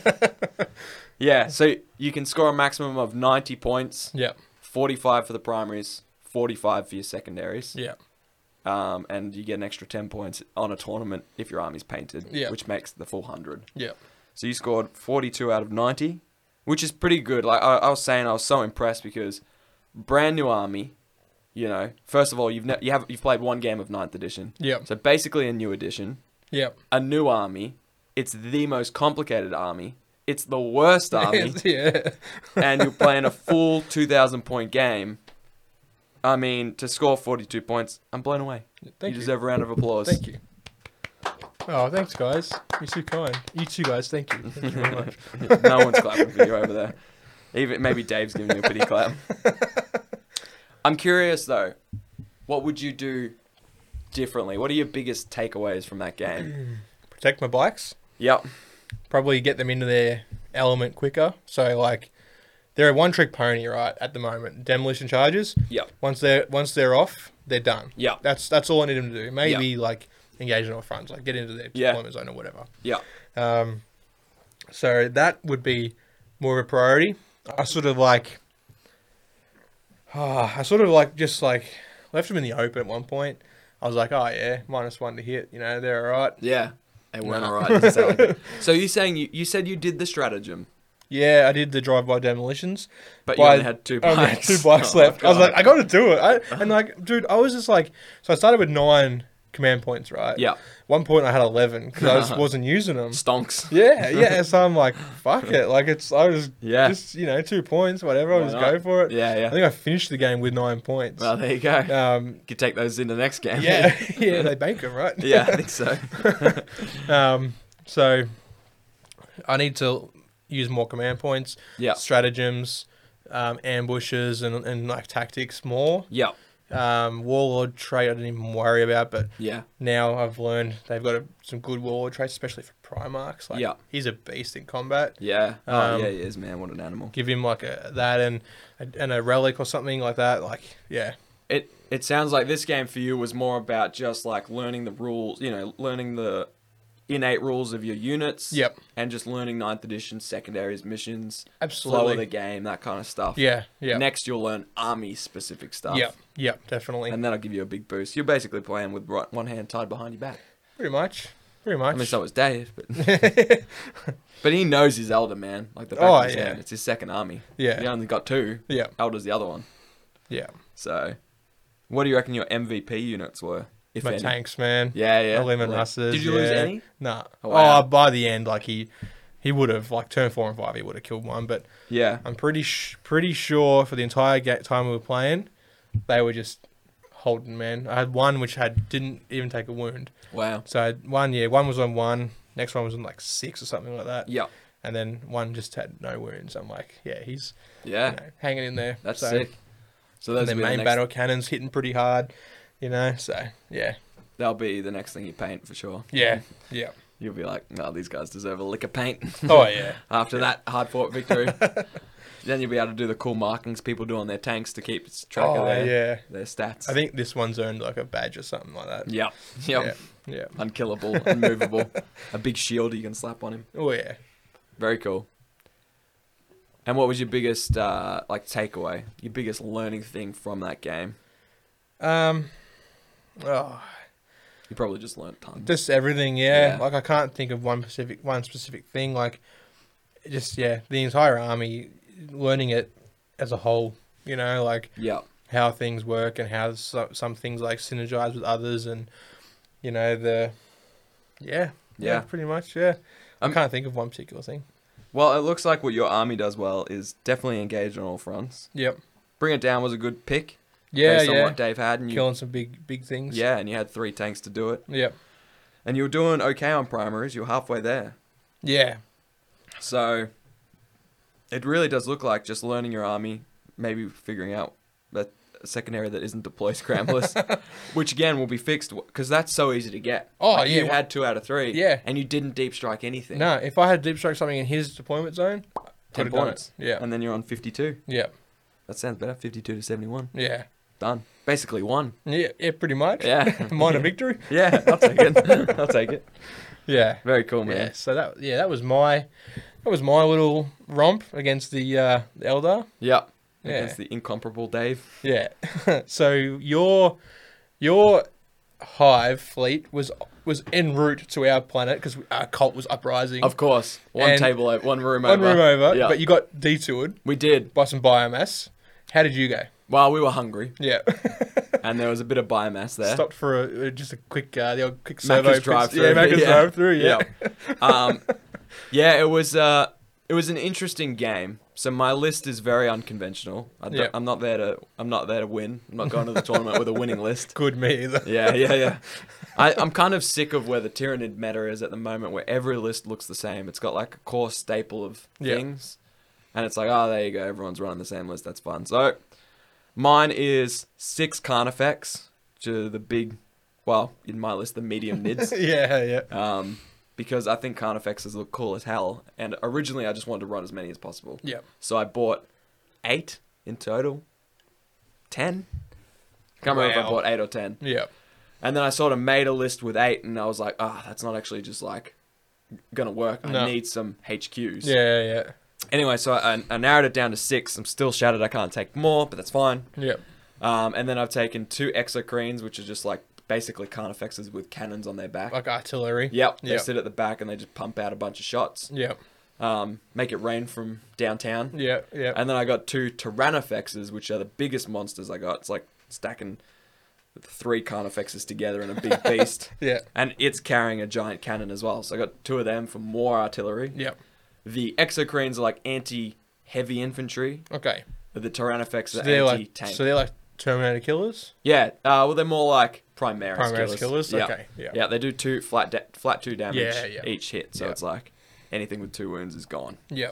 yeah, so you can score a maximum of 90 points, Yeah, 45 for the primaries, 45 for your secondaries. yeah, Um, and you get an extra 10 points on a tournament if your army's painted, Yeah. which makes the full 100. yeah, So you scored 42 out of 90, which is pretty good. Like I, I was saying, I was so impressed because brand new army. You know, first of all, you've ne- you have you've played one game of ninth edition. Yeah. So basically, a new edition, yeah. a new army. It's the most complicated army. It's the worst army, yeah. and you're playing a full 2,000 point game. I mean, to score 42 points, I'm blown away. Thank you you. deserve a round of applause. Thank you. Oh, thanks, guys. You're too kind. You too, guys. Thank you. Thank you very much. no one's clapping for you over there. Even maybe Dave's giving you a pity clap. I'm curious though, what would you do differently? What are your biggest takeaways from that game? Protect my bikes. Yep. Probably get them into their element quicker. So, like, they're a one-trick pony, right? At the moment, demolition charges. Yep. Once they're once they're off, they're done. Yep. That's that's all I need them to do. Maybe like engage on all fronts, like get into their Yeah. deployment zone or whatever. Yep. Um, so that would be more of a priority. I sort of like, ah, I sort of like just like left them in the open at one point. I was like, oh yeah, minus one to hit. You know, they're all right. Yeah. They weren't No. alright. Doesn't sound like it. so you saying you, you said you did the stratagem, Yeah, I did the drive-by demolitions. but By- you only had two I bikes. only had two bikes Oh, left. I was God. like, I got to do it. I, and like, dude, I was just like, so I started with nine command points, right? Yeah. One point I had eleven because I just wasn't using them. stonks. Yeah, yeah. So I'm like, fuck it. Like it's I was Yeah. just you know two points, whatever. I'll Why just not? go for it. Yeah, I yeah. think I finished the game with nine points. Well, there you go. Um, You could take those into the next game. yeah, yeah. They bank them, right? yeah, I think so. Um, so I need to use more command points, Yeah. stratagems, um, ambushes, and and like tactics more. Yep. Um, warlord trait I didn't even worry about, but Yeah. now I've learned they've got a, some good warlord traits, especially for Primarchs. Like Yeah. he's a beast in combat. Yeah. Oh, Um, yeah, he is, man. What an animal. give him like a that and and a relic or something like that. Like yeah, it it sounds like this game for you was more about just like learning the rules, you know, learning the innate rules of your units. Yep. And just learning ninth edition secondaries, missions, flow Absolutely. of the game, that kind of stuff. yeah, yeah, Next, you'll learn army specific stuff. yeah, yeah, definitely. And that'll give you a big boost. You're basically playing with right, one hand tied behind your back. pretty much, pretty I much. mean, so is Dave, but but he knows his elder man, like the back Oh, of his yeah. hand. It's his second army. Yeah. He only got two. yeah, Elder's the other one. yeah. So, what do you reckon your MVP units were? If My any? tanks, man. Yeah, yeah. Eleven Like- russes. Did you lose yeah. any? Nah. Oh, wow. Oh, by the end, like he he would have like turn four and five, he would have killed one. But Yeah. I'm pretty sh- pretty sure for the entire ga- time we were playing, they were just holding. Man, I had one which had didn't even take a wound. Wow. So I had one yeah, one was on one. Next one was on like six or something like that. Yep. and then one just had no wounds. I'm like, yeah, he's Yeah. you know, hanging in there. Ah. That's So- sick. So And those their will be the main next, battle cannons hitting pretty hard, you know. So yeah, That'll be the next thing you paint for sure. yeah, yeah, You'll be like, no, these guys deserve a lick of paint. Oh yeah. After that hard fought victory, then you'll be able to do the cool markings people do on their tanks to keep track oh of their, yeah. their stats. I think this one's earned like a badge or something like that. Yep. Yep. Yeah. Yeah. Unkillable, unmovable. a big shield you can slap on him. Oh yeah. Very cool. And what was your biggest uh, like takeaway? Your biggest learning thing from that game? Um. Oh, You probably just learned tons. just everything. Yeah. Yeah. Like I can't think of one specific one specific thing. Like, just yeah, the entire army, learning it as a whole. You know, like Yeah. how things work and how so, some things like synergize with others, and you know the. Yeah. Yeah. Pretty much. Yeah. Um, I can't think of one particular thing. Well, it looks like what your army does well is definitely engaged on all fronts. Yep. Bring it down was a good pick. Yeah. based on Yeah. what Dave had, and you Killing some big big things. Mm. yeah, and you had three tanks to do it, Yep. and you were doing okay on primaries. You're halfway there, Yeah. so it really does look like just learning your army, maybe figuring out that a secondary that isn't deploy scramblers, which again will be fixed because that's so easy to get. Oh, Like, you yeah. had two out of three, Yeah. and you didn't deep strike anything. No, if I had deep strike something in his deployment zone, ten could've done points. it. Yeah. and then you're on fifty-two. Yeah. That sounds better. Fifty-two to seventy-one. Yeah. Done. Basically one. Yeah, yeah pretty much. Yeah. Minor victory. Yeah, I'll take it. I'll take it. Yeah. Very cool, Oh, man. Yeah. So that yeah, that was my that was my little romp against the uh the Eldar. Yep. Yeah. Against the incomparable Dave. Yeah. so your your hive fleet was was en route to our planet because our cult was uprising. Of course. One And- table over, one room one over. room over, Yeah. but you got detoured we did. by some biomass. How did you go? Well, we were hungry, Yeah, and there was a bit of biomass there. stopped for a, just a quick, uh, the old quick servo Macca's pits- drive-through. Yeah, Macca's drive-through. Yeah, Yep. um, yeah, it was. Uh, it was an interesting game. So my list is very unconventional. I Yep. am not there to. I'm not there to win. I'm not going to the tournament with a winning list. good me either. Yeah, yeah, yeah. I, I'm kind of sick of where the Tyranid meta is at the moment, where every list looks the same. It's got like a core staple of Yeah. things, and it's like, oh, there you go, everyone's running the same list. That's fun. So, mine is six Carnifex, which are the big, well, in my list, the medium nids, yeah, yeah. um, because I think Carnifexes look cool as hell. And originally, I just wanted to run as many as possible. Yeah. So I bought eight in total, ten. Can't remember if I Wow. bought eight or ten. Yeah. And then I sort of made a list with eight, and I was like, ah, that's not actually just like gonna work. I No. need some HQs. Yeah, yeah. Anyway, so I, I narrowed it down to six. I'm still shattered. I can't take more, but that's fine. Yeah. Um, and then I've taken two exocrines, which are just like basically carnifexes with cannons on their back. Like artillery. Yep, they Yep. sit at the back and they just pump out a bunch of shots. Yeah. Um, make it rain from downtown. Yeah. Yeah. And then I got two Tyrannifexes, which are the biggest monsters I got. It's like stacking three Carnifexes together in a big beast. Yeah. And it's carrying a giant cannon as well. So I got two of them for more artillery. Yeah. The Exocrines are like anti heavy infantry, Okay. but the Tyrannifex So are they're anti like tank. so they're like Terminator killers, yeah, uh, well, they're more like Primaris, Primaris killers. Yeah. Okay. Yeah. Yeah, they do two flat, da- flat two damage Yeah, yeah. each hit. So Yeah. it's like anything with two wounds is gone. Yeah.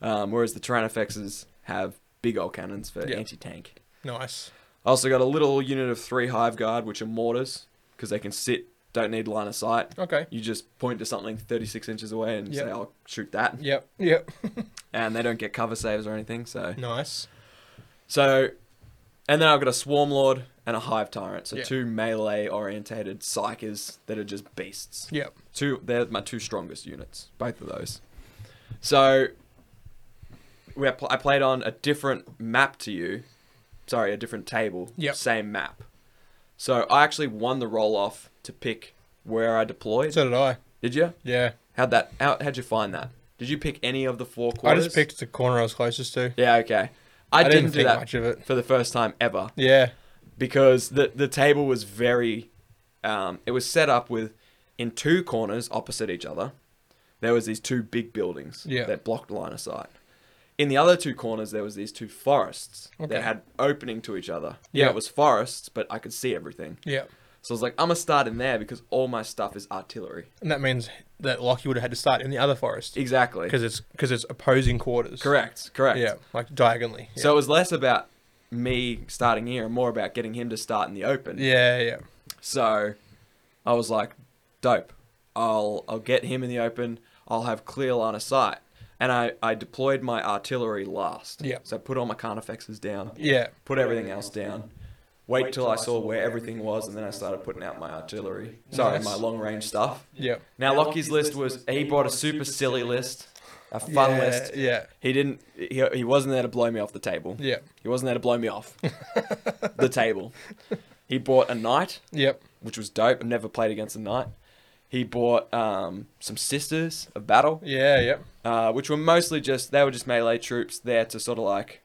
Um, whereas the Tyrannifexes have big old cannons for Yeah. anti tank. Nice. I also got a little unit of three hive guard, which are mortars, because they can sit, don't need line of sight. Okay. You just point to something 36 inches away and Yep. say, I'll shoot that. Yep. Yep. And they don't get cover saves or anything. So, Nice. so, and then I've got a swarm lord and a hive tyrant. So, Yeah. two melee orientated psychers that are just beasts. Yep. Two, they're my two strongest units, both of those. So, we pl- I played on a different map to you. Sorry, a different table. Yep. Same map. So I actually won the roll off to pick where I deployed. So did I. did you? Yeah. How'd that? How, how'd you find that? Did you pick any of the four I quarters? just picked the corner I was closest to. Yeah. Okay. I, didn't didn't, do think that much of it. for the first time ever Yeah. because the the table was very um, it was set up with in two corners opposite each other there was these two big buildings Yeah. that blocked line of sight in the other two corners there was these two forests Okay. that had opening to each other yeah Yeah. it was forests but i could see everything Yeah. so i was like i'm gonna start in there because all my stuff is artillery And that means that Lockie would have had to start in the other forest exactly because it's because it's opposing quarters. correct correct Yeah. Like diagonally. Yeah. so it was less about me starting here and more about getting him to start in the open Yeah. Yeah. So I was like, dope. I'll I'll get him in the open. I'll have clear line of sight, and I I deployed my artillery last. Yeah. So I put all my carnifexes down. Yeah. Put everything else down. Wait till I saw where everything was, and then I started putting out my artillery. Sorry, Nice. my long range stuff. Yeah. Now Now, Lockie's list Lockie's was he brought a super silly list, a fun yeah, list. Yeah. He didn't. He, he wasn't there to blow me off the table. Yeah. He wasn't there to blow me off the table. He bought a knight, Yep. which was dope. I've never played against a knight. He bought um, some sisters of battle, Yeah. Yep. uh, which were mostly just they were just melee troops there to sort of like.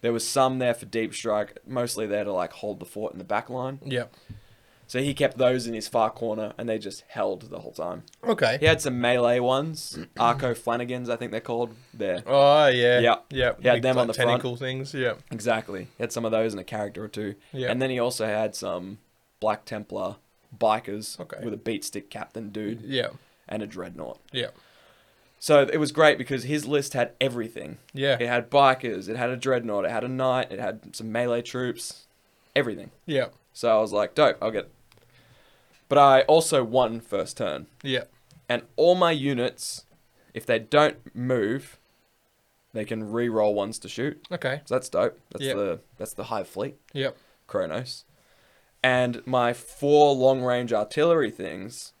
There was some there for deep strike, mostly there to like hold the fort in the back line. Yep. So he kept those in his far corner, and they just held the whole time. Okay. He had some melee ones, Arco Flanagans, I think they're called. There, Oh yeah. Yeah. Yep. He had Big, them on the front. tentacle things. Yeah. Exactly. He had some of those and a character or two. Yeah. And then he also had some Black Templar bikers Okay. with a beat stick captain dude Yeah. and a dreadnought. Yeah. So it was great because his list had everything. Yeah. It had bikers, it had a dreadnought, it had a knight, it had some melee troops, everything. Yeah. So I was like, dope, I'll get it. But I also won first turn. Yeah. And all my units, if they don't move, they can re-roll ones to shoot. Okay. So that's dope. That's Yeah. the that's the hive fleet. Yep. Kronos, and my four long range artillery things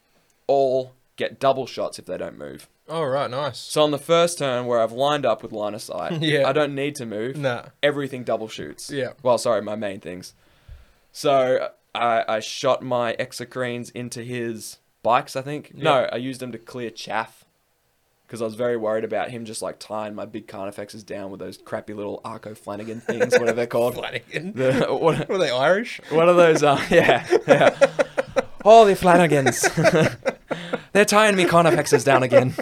all get double shots if they don't move. All right. Nice. So on the first turn where I've lined up with line of sight, Yeah. I don't need to move. Nah. Everything double shoots. Yeah. Well, sorry, my main things. So I, I shot my exocrines into his bikes, I think. No, Yeah. I used them to clear chaff because I was very worried about him just like tying my big carnifexes down with those crappy little Arco Flanagan things, whatever they're called. Flanagan. the, what, Were they Irish? one of those, uh, yeah, yeah. Holy Flanagans. They're tying me Conifexes down again.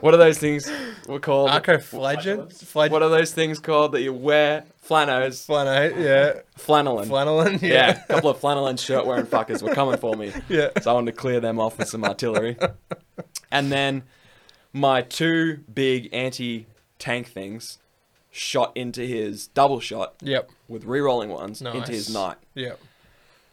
What are those things were called? Arco Flagin. What Flagin. are those things called that you wear? Flannos. Flano. Yeah. Flannelin. Flanagan. yeah. Yeah. a couple of flannelin shirt wearing fuckers were coming for me. Yeah. So I wanted to clear them off with some artillery. And then my two big anti tank things shot into his double shot Yep. with re rolling ones into his Nice. knight. Yep.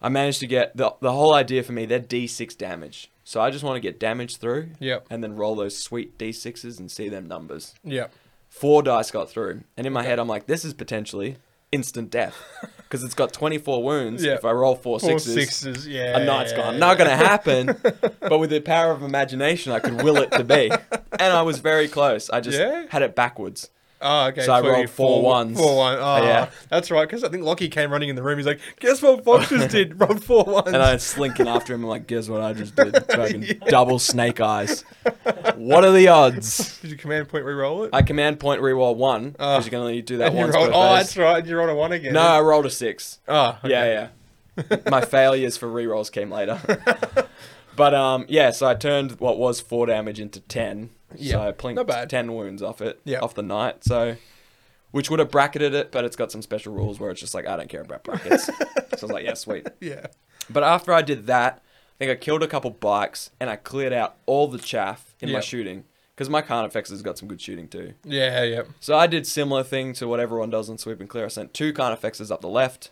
I managed to get the the whole idea for me. They're D6 damage, so I just want to get damage through, Yep. and then roll those sweet D6s and see them numbers. Yep. Four dice got through, and in my head I'm like, this is potentially instant death, because it's got 24 wounds. Yeah. If I roll four Four sixes, sixes. Yeah. a knight's gone. Not gonna happen. but with the power of imagination, I could will it to be, and I was very close. I just Yeah? had it backwards. Oh, okay. So I you rolled four ones. Four one. Oh, Yeah. that's right. Because I think Lockie came running in the room. He's like, "Guess what Fox just did? Rolled four ones." And I slinking after him, I'm like, guess what I just did? Fucking double snake eyes. What are the odds? Did you command point re-roll it? I command point reroll one Ah. because you can only do that and you once. rolled, per oh, phase. that's right. You rolled a one again. No, I rolled a six. Oh, okay. Yeah, yeah. My failures for rerolls came later. but um, yeah, so I turned what was four damage into ten. Yeah, so I plinked not bad. ten wounds off it, Yeah. off the knight. So, which would have bracketed it, but it's got some special rules where it's just like I don't care about brackets. so I was like, yeah, sweet. Yeah. But after I did that, I think I killed a couple bikes and I cleared out all the chaff in my Yep. shooting because my Carnifex has got some good shooting too. Yeah. Yeah. So I did similar thing to what everyone does on sweep and clear. I sent two Carnifexes up the left,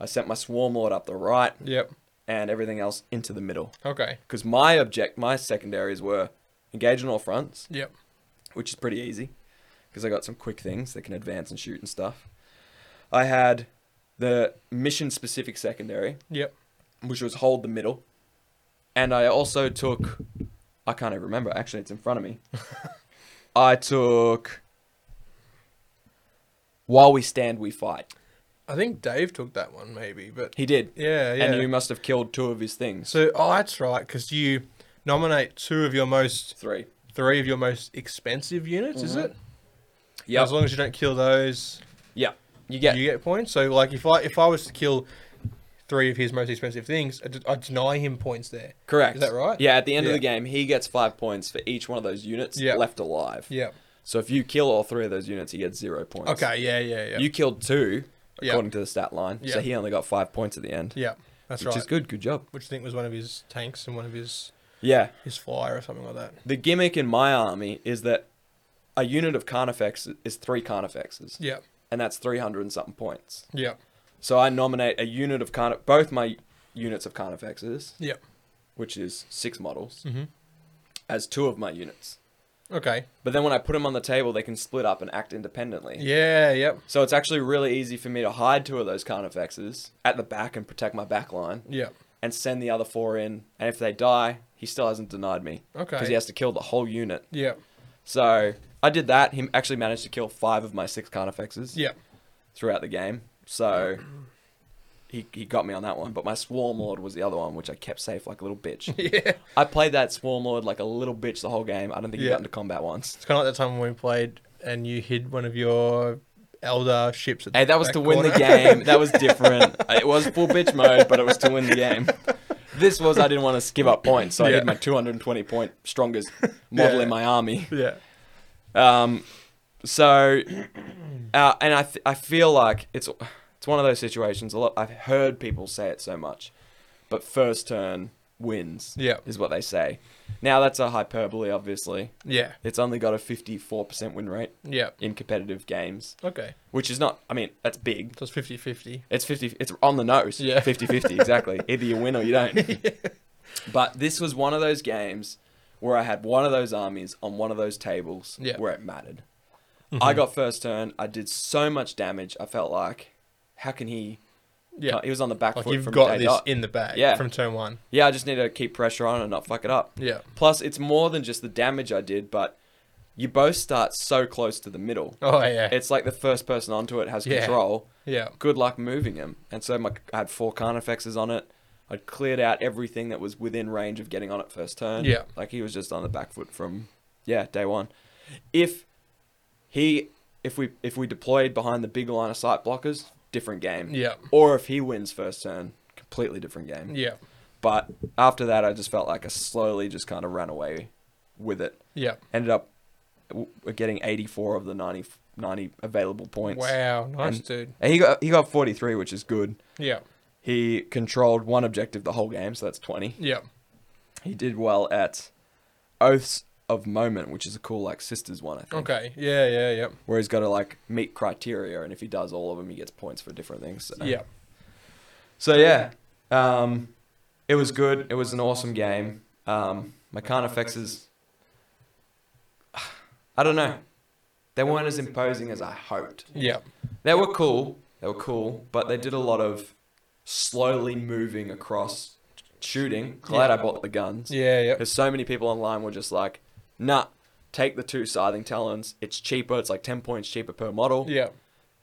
I sent my Swarm Lord up the right, Yep. and everything else into the middle. Okay. Because my object, my secondaries were engage on all fronts, Yep. which is pretty easy because I got some quick things that can advance and shoot and stuff. I had the mission specific secondary, Yep. which was hold the middle. And I also took, I can't even remember. Actually, it's in front of me. I took. While we stand, we fight. I think Dave took that one maybe, but He did. yeah, yeah. And you must have killed two of his things. so, oh, that's right. Because you nominate two of your most, Three. three of your most expensive units. Is Mm-hmm. it? Yeah. As long as you don't kill those, Yeah. You get. you get points. So like if I if I was to kill three of his most expensive things, I, d- I deny him points there. correct. Is that right? Yeah. At the end of Yeah. the game, he gets five points for each one of those units Yeah. left alive. Yeah. So if you kill all three of those units, he gets zero points. Okay. Yeah. Yeah. Yeah. You killed two, Yeah. according to the stat line. So Yeah. he only got five points at the end. yeah. That's which right. is good. Good job. Which I think was one of his tanks and one of his Yeah. his flyer or something like that. The gimmick in my army is that a unit of Carnifex is three Carnifexes, Yeah. and that's 300 and something points. Yeah. So I nominate a unit of Carnif, both my units of Carnifexes, Yeah. which is six models, Mhm. as two of my units. Okay. But then when I put them on the table, they can split up and act independently. Yeah. Yep. So it's actually really easy for me to hide two of those Carnifexes at the back and protect my back line Yep. and send the other four in. And if they die, he still hasn't denied me. Because Okay. he has to kill the whole unit. Yep. So I did that. He actually managed to kill five of my six Carnifexes Yep. throughout the game. So he, he got me on that one. But my Swarm Lord was the other one, which I kept safe like a little bitch. Yeah. I played that Swarm Lord like a little bitch the whole game. I don't think he Yeah. got into combat once. It's kind of like that time when we played and you hid one of your elder ships. At Hey, that was back to win the corner. game. That was different. it was full bitch mode, but it was to win the game. This was I didn't want to give up points, so I Yeah. did my 220 point strongest model Yeah. in my army. yeah. Um, so, uh, and I, th- I feel like it's it's one of those situations. A lot I've heard people say it so much, but first turn wins Yeah. is what they say. Now that's a hyperbole, obviously. Yeah. It's only got a 54% win rate Yeah. in competitive games, Okay. which is not. I mean, that's big. So it's 50 50. It's 50 it's on the nose. Yeah. 50-50 exactly. Either you win or you don't. But this was one of those games where I had one of those armies on one of those tables Yeah. Mm-hmm. where it mattered. I got first turn. I did so much damage. I felt like how can he Yeah. he was on the back Like foot you've from got day this dot. in the bag Yeah. from turn one. Yeah, I just need to keep pressure on and not fuck it up. Yeah. Plus it's more than just the damage I did, but you both start so close to the middle. Oh, yeah. It's like the first person onto it has Yeah. control yeah. good luck moving him. And so my, I had four Carnifexes on it. I'd cleared out everything that was within range of getting on it first turn. Yeah. Like he was just on the back foot from, yeah, day one. If he, if we, if we deployed behind the big line of sight blockers, different game. Yeah. Or if he wins first turn, completely different game. Yeah. But after that, I just felt like I slowly just kind of ran away with it. Yeah. Ended up w- getting 84 of the 90, 90 available points. Wow. Nice, And- dude. And he got he got 43, which is good. Yeah. He controlled one objective the whole game, so that's 20. Yeah. He did well at Oaths of Moment, which is a cool like sisters one, I think. Okay. Yeah. Yeah. Yeah. Where he's got to like meet criteria, and if he does all of them, he gets points for different things. So. Yeah. So yeah, um, it was good. It was an awesome game. Um, my Carnifex is, I don't know, they weren't as imposing as I hoped. Yeah. They were cool. They were cool, but they did a lot of slowly moving across shooting. Glad I bought the guns. Yeah. Yeah. Because so many people online were just like, nah, take the two scything talons. It's cheaper. It's like 10 points cheaper per model. Yeah.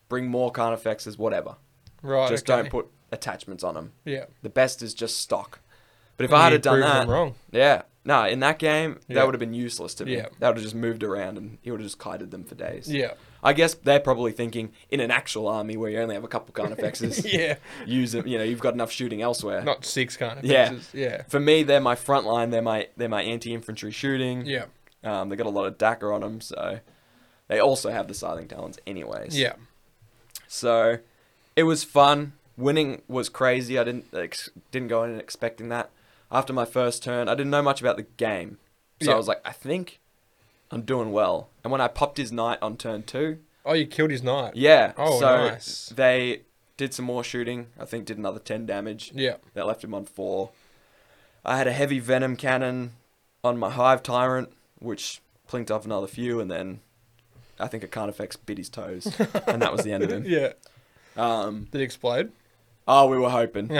Bring more Carnifexes, whatever. Right. just okay. don't put attachments on them. Yeah. The best is just stock. But if And I had you have done proved that, them wrong. yeah, no, in that game, Yeah. that would have been useless to me. Yeah. That would have just moved around and he would have just kited them for days. Yeah. I guess they're probably thinking in an actual army where you only have a couple Carnifexes, yeah. use them. You know, you've got enough shooting elsewhere. Not six kind of Yeah. pieces. Yeah. For me, they're my front line. They're my they're my anti-infantry shooting. Yeah. Um, they got a lot of Dakar on them, so they also have the Scything Talons, anyways. Yeah. So it was fun. Winning was crazy. I didn't ex- didn't go in expecting that. After my first turn, I didn't know much about the game, so Yeah. I was like, I think I'm doing well. And when I popped his knight on turn two, Oh, you killed his knight. yeah. Oh, so nice. they did some more shooting. I think did another 10 damage. Yeah. That left him on 4. I had a heavy venom cannon on my hive tyrant, which plinked off another few, and then I think a Carnifex bit his toes, and that was the end of him. Yeah. Um, Did it explode? oh, we were hoping.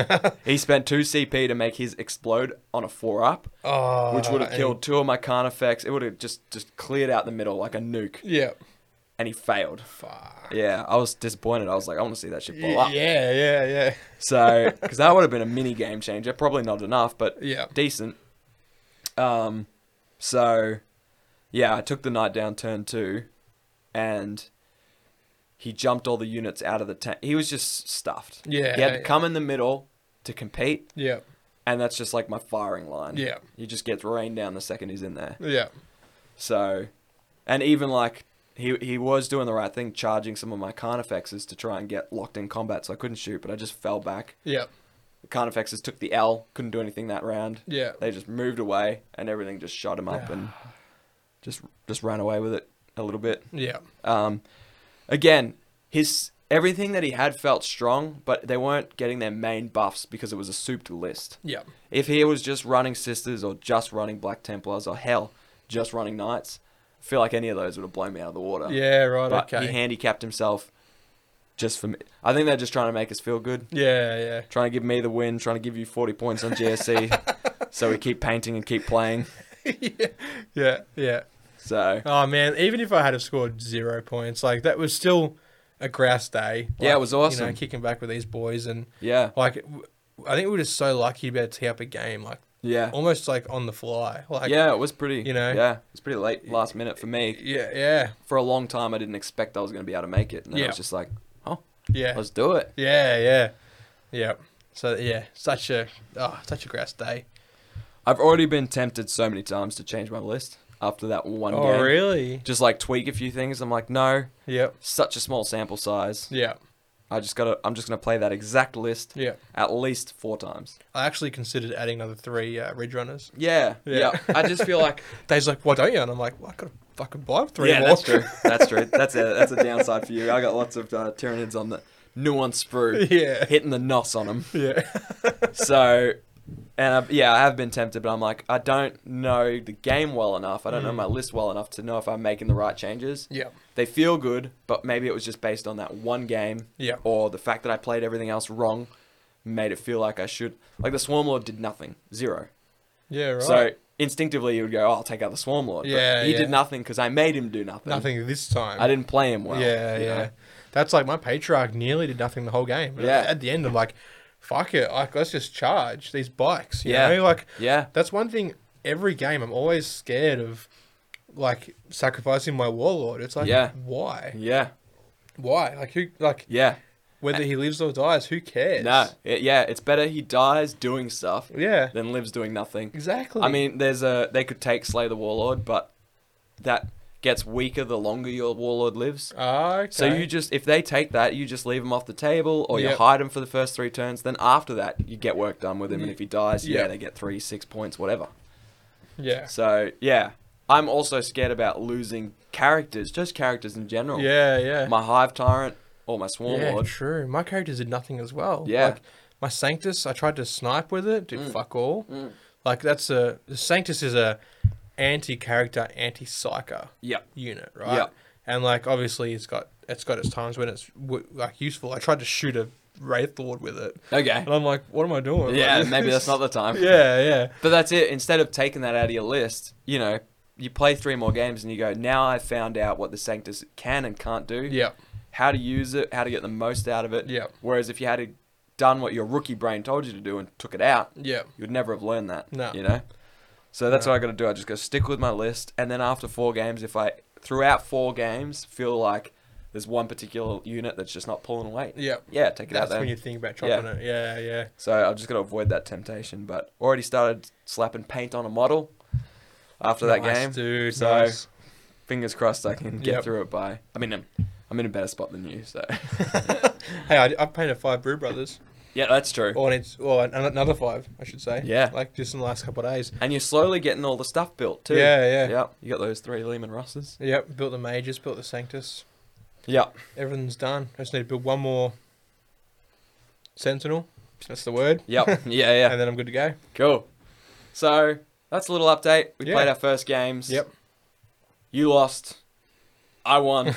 he spent 2 CP to make his explode on a 4 up, Oh, which would have and- killed two of my Carnifex. It would have just, just cleared out the middle like a nuke, Yeah. and he failed. Fuck. Yeah, I was disappointed. I was like, I want to see that shit blow Yeah, up. yeah, yeah. So, because that would have been a mini game changer. Probably not enough, but Yeah. decent. Um, so, yeah, I took the knight down turn two, and he jumped all the units out of the tank. He was just stuffed. Yeah, he had to yeah. come in the middle to compete, Yeah. and that's just like my firing line. Yeah. he just gets rained down the second he's in there. Yeah. So, and even like he he was doing the right thing, charging some of my Carnifexes to try and get locked in combat, so I couldn't shoot, but I just fell back. Yeah. The Carnifexes took the L, couldn't do anything that round. Yeah. They just moved away and everything just shot him up and just just ran away with it a little bit. Yeah. Um, again, his Everything that he had felt strong, but they weren't getting their main buffs because it was a souped list. Yeah. If he was just running Sisters or just running Black Templars or hell, just running Knights, I feel like any of those would have blown me out of the water. Yeah, right, Uh, But okay. he handicapped himself just for me. I think they're just trying to make us feel good, yeah, yeah. trying to give me the win, trying to give you 40 points on GSC so we keep painting and keep playing. Yeah, yeah. So, Oh man, even if I had have scored zero points, like that was still a grouse day. Yeah, it Like, was You know, awesome. kicking back with these boys and yeah. like, w- I think we were just so lucky to be able to tee up a game like Yeah. almost like on the fly. Like yeah, it was pretty. you know? yeah, it's pretty late last minute for me. yeah, yeah, For a long time, I didn't expect I was going to be able to make it, and then Yeah. I was just like, yeah, let's do it. yeah, yeah, yeah. So yeah, such a oh, such a grouse day. I've already been tempted so many times to change my list after that one oh game. really? Just like tweak a few things. I'm like, no, Yep. such a small sample size. Yeah, I just gotta. I'm just gonna play that exact list yeah. at least four times. I actually considered adding another three uh, ridge runners. Yeah, Yeah. yeah. I just feel like Dave's like, "Why don't you?" And I'm like, "Well, I could fucking buy three yeah, more." that's true. That's true. That's a that's a downside for you. I got lots of uh, Tyranids on the nuanced sprue, yeah, hitting the nos on them. yeah, so and I, yeah i have been tempted but i'm like i don't know the game well enough i don't know Mm. my list well enough to know if i'm making the right changes yeah, they feel good but maybe it was just based on that one game yeah. or the fact that i played everything else wrong made it feel like i should like the swarm lord did nothing zero Yeah, right. so um, instinctively you would go oh i'll take out the swarm lord Yeah, he yeah. did nothing because i made him do nothing nothing this time. i didn't play him well yeah, you yeah. know? That's like my patriarch nearly did nothing the whole game. And Yeah. At the end, I'm like, fuck it. Like, let's just charge these bikes. You Yeah. Know? Like, yeah that's one thing. Every game, I'm always scared of, like, sacrificing my warlord. It's like, Yeah. why? yeah Why? Like, who? Like, yeah whether he lives or dies, who cares? no it- yeah it's better he dies doing stuff Yeah. than lives doing nothing Exactly. I mean, there's a they could take Slay the Warlord, but that gets weaker the longer your Warlord lives. Ah, okay. So you just if they take that, you just leave him off the table, or Yep. you hide him for the first three turns. Then after that, you get work done with him, and if he dies, yeah, Yep. they get three, six points, whatever. Yeah. So yeah, I'm also scared about losing characters, just characters in general. Yeah, yeah. My Hive Tyrant or my Swarm yeah, Lord. true. My characters did nothing as well. Yeah. Like, my Sanctus, I tried to snipe with it, did Mm. fuck all. Mm. Like that's a the Sanctus is a anti-character, anti-psyker Yep. unit, right? Yeah. And like obviously it's got it's got its times when it's w- like useful. I tried to shoot a wraith lord with it, Okay. and I'm like, what am I doing? Yeah, Like, maybe that's not the time. yeah, yeah, But that's it. Instead of taking that out of your list, you know, you play three more games and you go, now I found out what the Sanctus can and can't do, yeah, how to use it, how to get the most out of it. Yeah. Whereas if you had done what your rookie brain told you to do and took it out, yeah, you'd never have learned that. No. You know? So that's No. what I got to do. I just got to stick with my list. And then after four games, if I, throughout four games, feel like there's one particular unit that's just not pulling weight, yeah. yeah, take it out That's there. when you think about Yeah. chopping it. Yeah, yeah. So I've just got to avoid that temptation. But already started slapping paint on a model after that Nice, game. dude. So- nice. Fingers crossed I can get Yep. through it by. I mean, I'm, I'm in a better spot than you. So hey, I, I painted five brew brothers. yeah, that's true. Or it's or an- another five, I should say. Yeah. Like just in the last couple of days. And you're slowly getting all the stuff built too. Yeah, yeah. Yep. You got those three Lehman Rosses. Yep. Built the mages, built the sanctus. Yep. Everything's done. I just need to build one more sentinel. That's the word. Yep. yeah, yeah. And then I'm good to go. Cool. So that's a little update. We Yeah. played our first games. Yep. You lost. I won.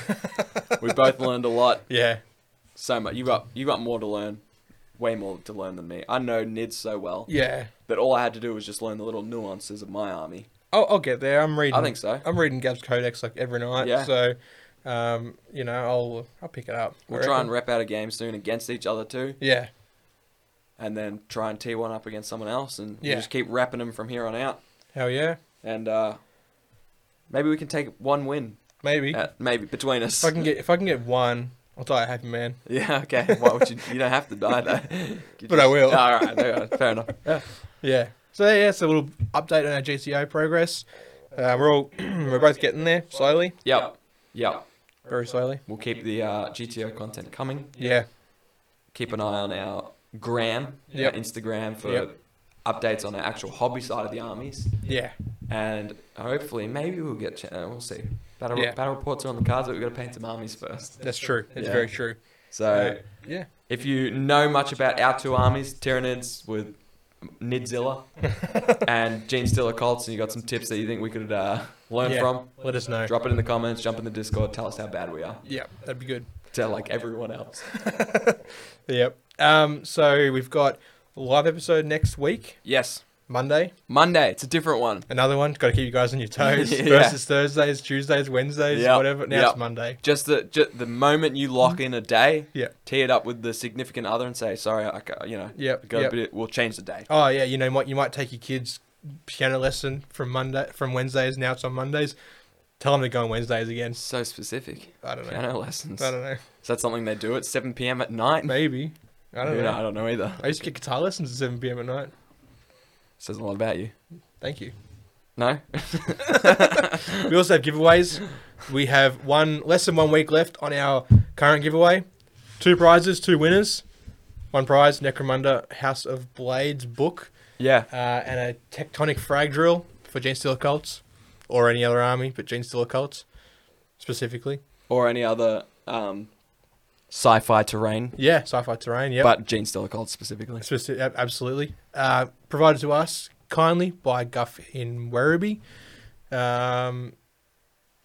we both learned a lot. Yeah. So much. You got you got more to learn. Way more to learn than me. I know Nid so well. Yeah. that all I had to do was just learn the little nuances of my army. I'll, I'll get there. I'm reading. I think so. I'm reading Gab's Codex like every night. Yeah. So, um, you know, I'll I'll pick it up. I We'll try and reckon. rep out a game soon against each other too, yeah. and then try and tee one up against someone else, and we'll Yeah. just keep repping them from here on out. Hell yeah. And uh, maybe we can take one win, Maybe. uh, maybe between us. if I can get if I can get one, I'll die a happy man. Yeah, okay. Why would you? You don't have to die though. You But I will. All right, no, fair enough. Yeah. Yeah. So yeah, it's a little update on our GCO progress. Uh, we're all we're both getting there slowly, Yep. Yep. very slowly. We'll keep the uh, GTO content coming. Yeah. keep an eye on our gram, Yep. our Instagram for Yep. updates on our actual hobby side of the armies, Yeah. and hopefully maybe we'll get cha- uh, we'll see. Battle, Yeah. battle reports are on the cards, but we've got to paint some armies first. That's true. That's Yeah. very true. So Uh, yeah. if you know much about our two armies, Tyranids with Nidzilla and Gene Stiller Colts, and you got some tips that you think we could uh, learn Yeah. from, Let us know. drop it in the comments, jump in the Discord, tell us how bad we are. Yeah, that'd be good. Tell like everyone else. Yep. Um, so we've got a live episode next week, Yes. Monday. Monday, it's a different one. Another one. Got to keep you guys on your toes. Yeah. Versus Thursdays, Tuesdays, Wednesdays, Yep. whatever. Now Yep. it's Monday. Just the ju- the moment you lock in a day, Mm. Yeah. tee it up with the significant other and say, sorry, I ca- you know, Yep, go yep. a bit, we'll change the day. Oh yeah, you know what? You might take your kids piano lesson from Monday from Wednesdays. Now it's on Mondays. Tell them to go on Wednesdays again. So specific. I don't know. Piano lessons. I don't know. Is that something they do at 7 p.m. at night? Maybe. I don't Yeah, know. I don't know either. I used to get guitar lessons at 7 p.m. at night. Says a lot about you. Thank you. No? we also have giveaways. We have one less than one week left on our current giveaway. Two prizes, two winners. One prize, Necromunda House of Blades book, Yeah. uh, and a tectonic frag drill for Gene Stealer Cults, or any other army, but Gene Stealer Cults specifically. Or any other um, sci fi terrain, Yeah, sci-fi terrain. Yeah, but Gene Stiller Cold specifically. Speci- ab- absolutely. Uh, provided to us kindly by Guff in Werribee. Um,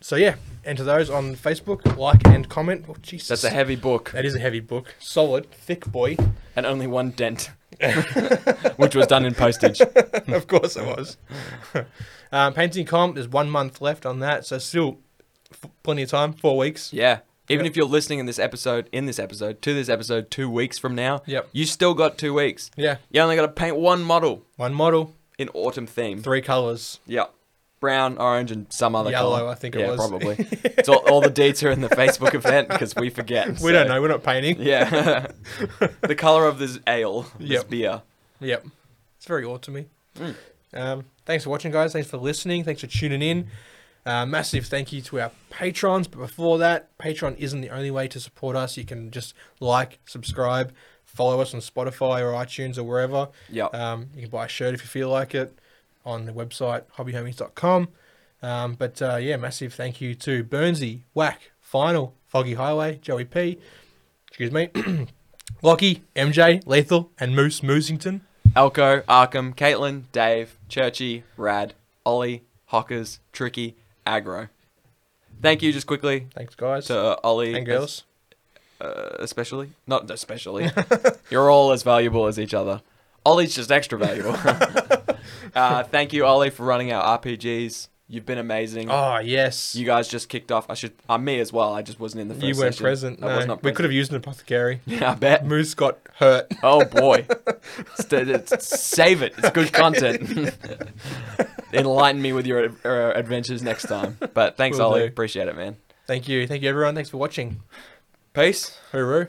so yeah, enter those on Facebook, like and comment. Oh, Jesus, That's a heavy book that is a heavy book, solid, thick boy. and only one dent, which was done in postage. of course it was. um, painting comp. There's one month left on that, so still f- plenty of time. Four weeks. Yeah. Even Yep. if you're listening in this episode, in this episode, to this episode two weeks from now, Yep. you still got two weeks. Yeah, You only got to paint one model one model, in autumn theme. three colors. Yeah. Brown, orange, and some other Yellow, color. I think it was. Yeah, probably. it's all, all the dates are in the Facebook event because we forget. We so- don't know. We're not painting. Yeah. the color of this ale, this Yep. beer. Yep. It's very autumny. Um, thanks for watching, guys. Thanks for listening. Thanks for tuning in. Uh, massive thank you to our patrons. But before that, Patreon isn't the only way to support us. You can just like, subscribe, follow us on Spotify or iTunes or wherever. Yep. Um, you can buy a shirt if you feel like it on the website hobbyhomies.com. Um, but uh, yeah, massive thank you to Burnsy, Whack, Final, Foggy Highway, Joey P, excuse me, Lockie, MJ, Lethal, and Moose Moosington. Elko, Arkham, Caitlin, Dave, Churchy, Rad, Ollie, Hockers, Tricky, Aggro. Thank you, just quickly, Thanks, guys. to Ollie. and girls. uh, especially. Not especially. You're all as valuable as each other. Ollie's just extra valuable. uh, thank you, Ollie, for running our RPGs. You've been amazing. Oh, yes. You You, guys just kicked off. I should. Uh, me as well. I just wasn't in the first. weren't session. present. I was no. not We could have used an apothecary. Yeah, I bet. Moose got hurt. Oh boy. St- it's- Save it. It's good content. Enlighten me with your uh, adventures next time. But thanks, Will Ollie. do. Appreciate it, man. Thank you. Thank you, everyone. Thanks for watching. Peace. Hooroo.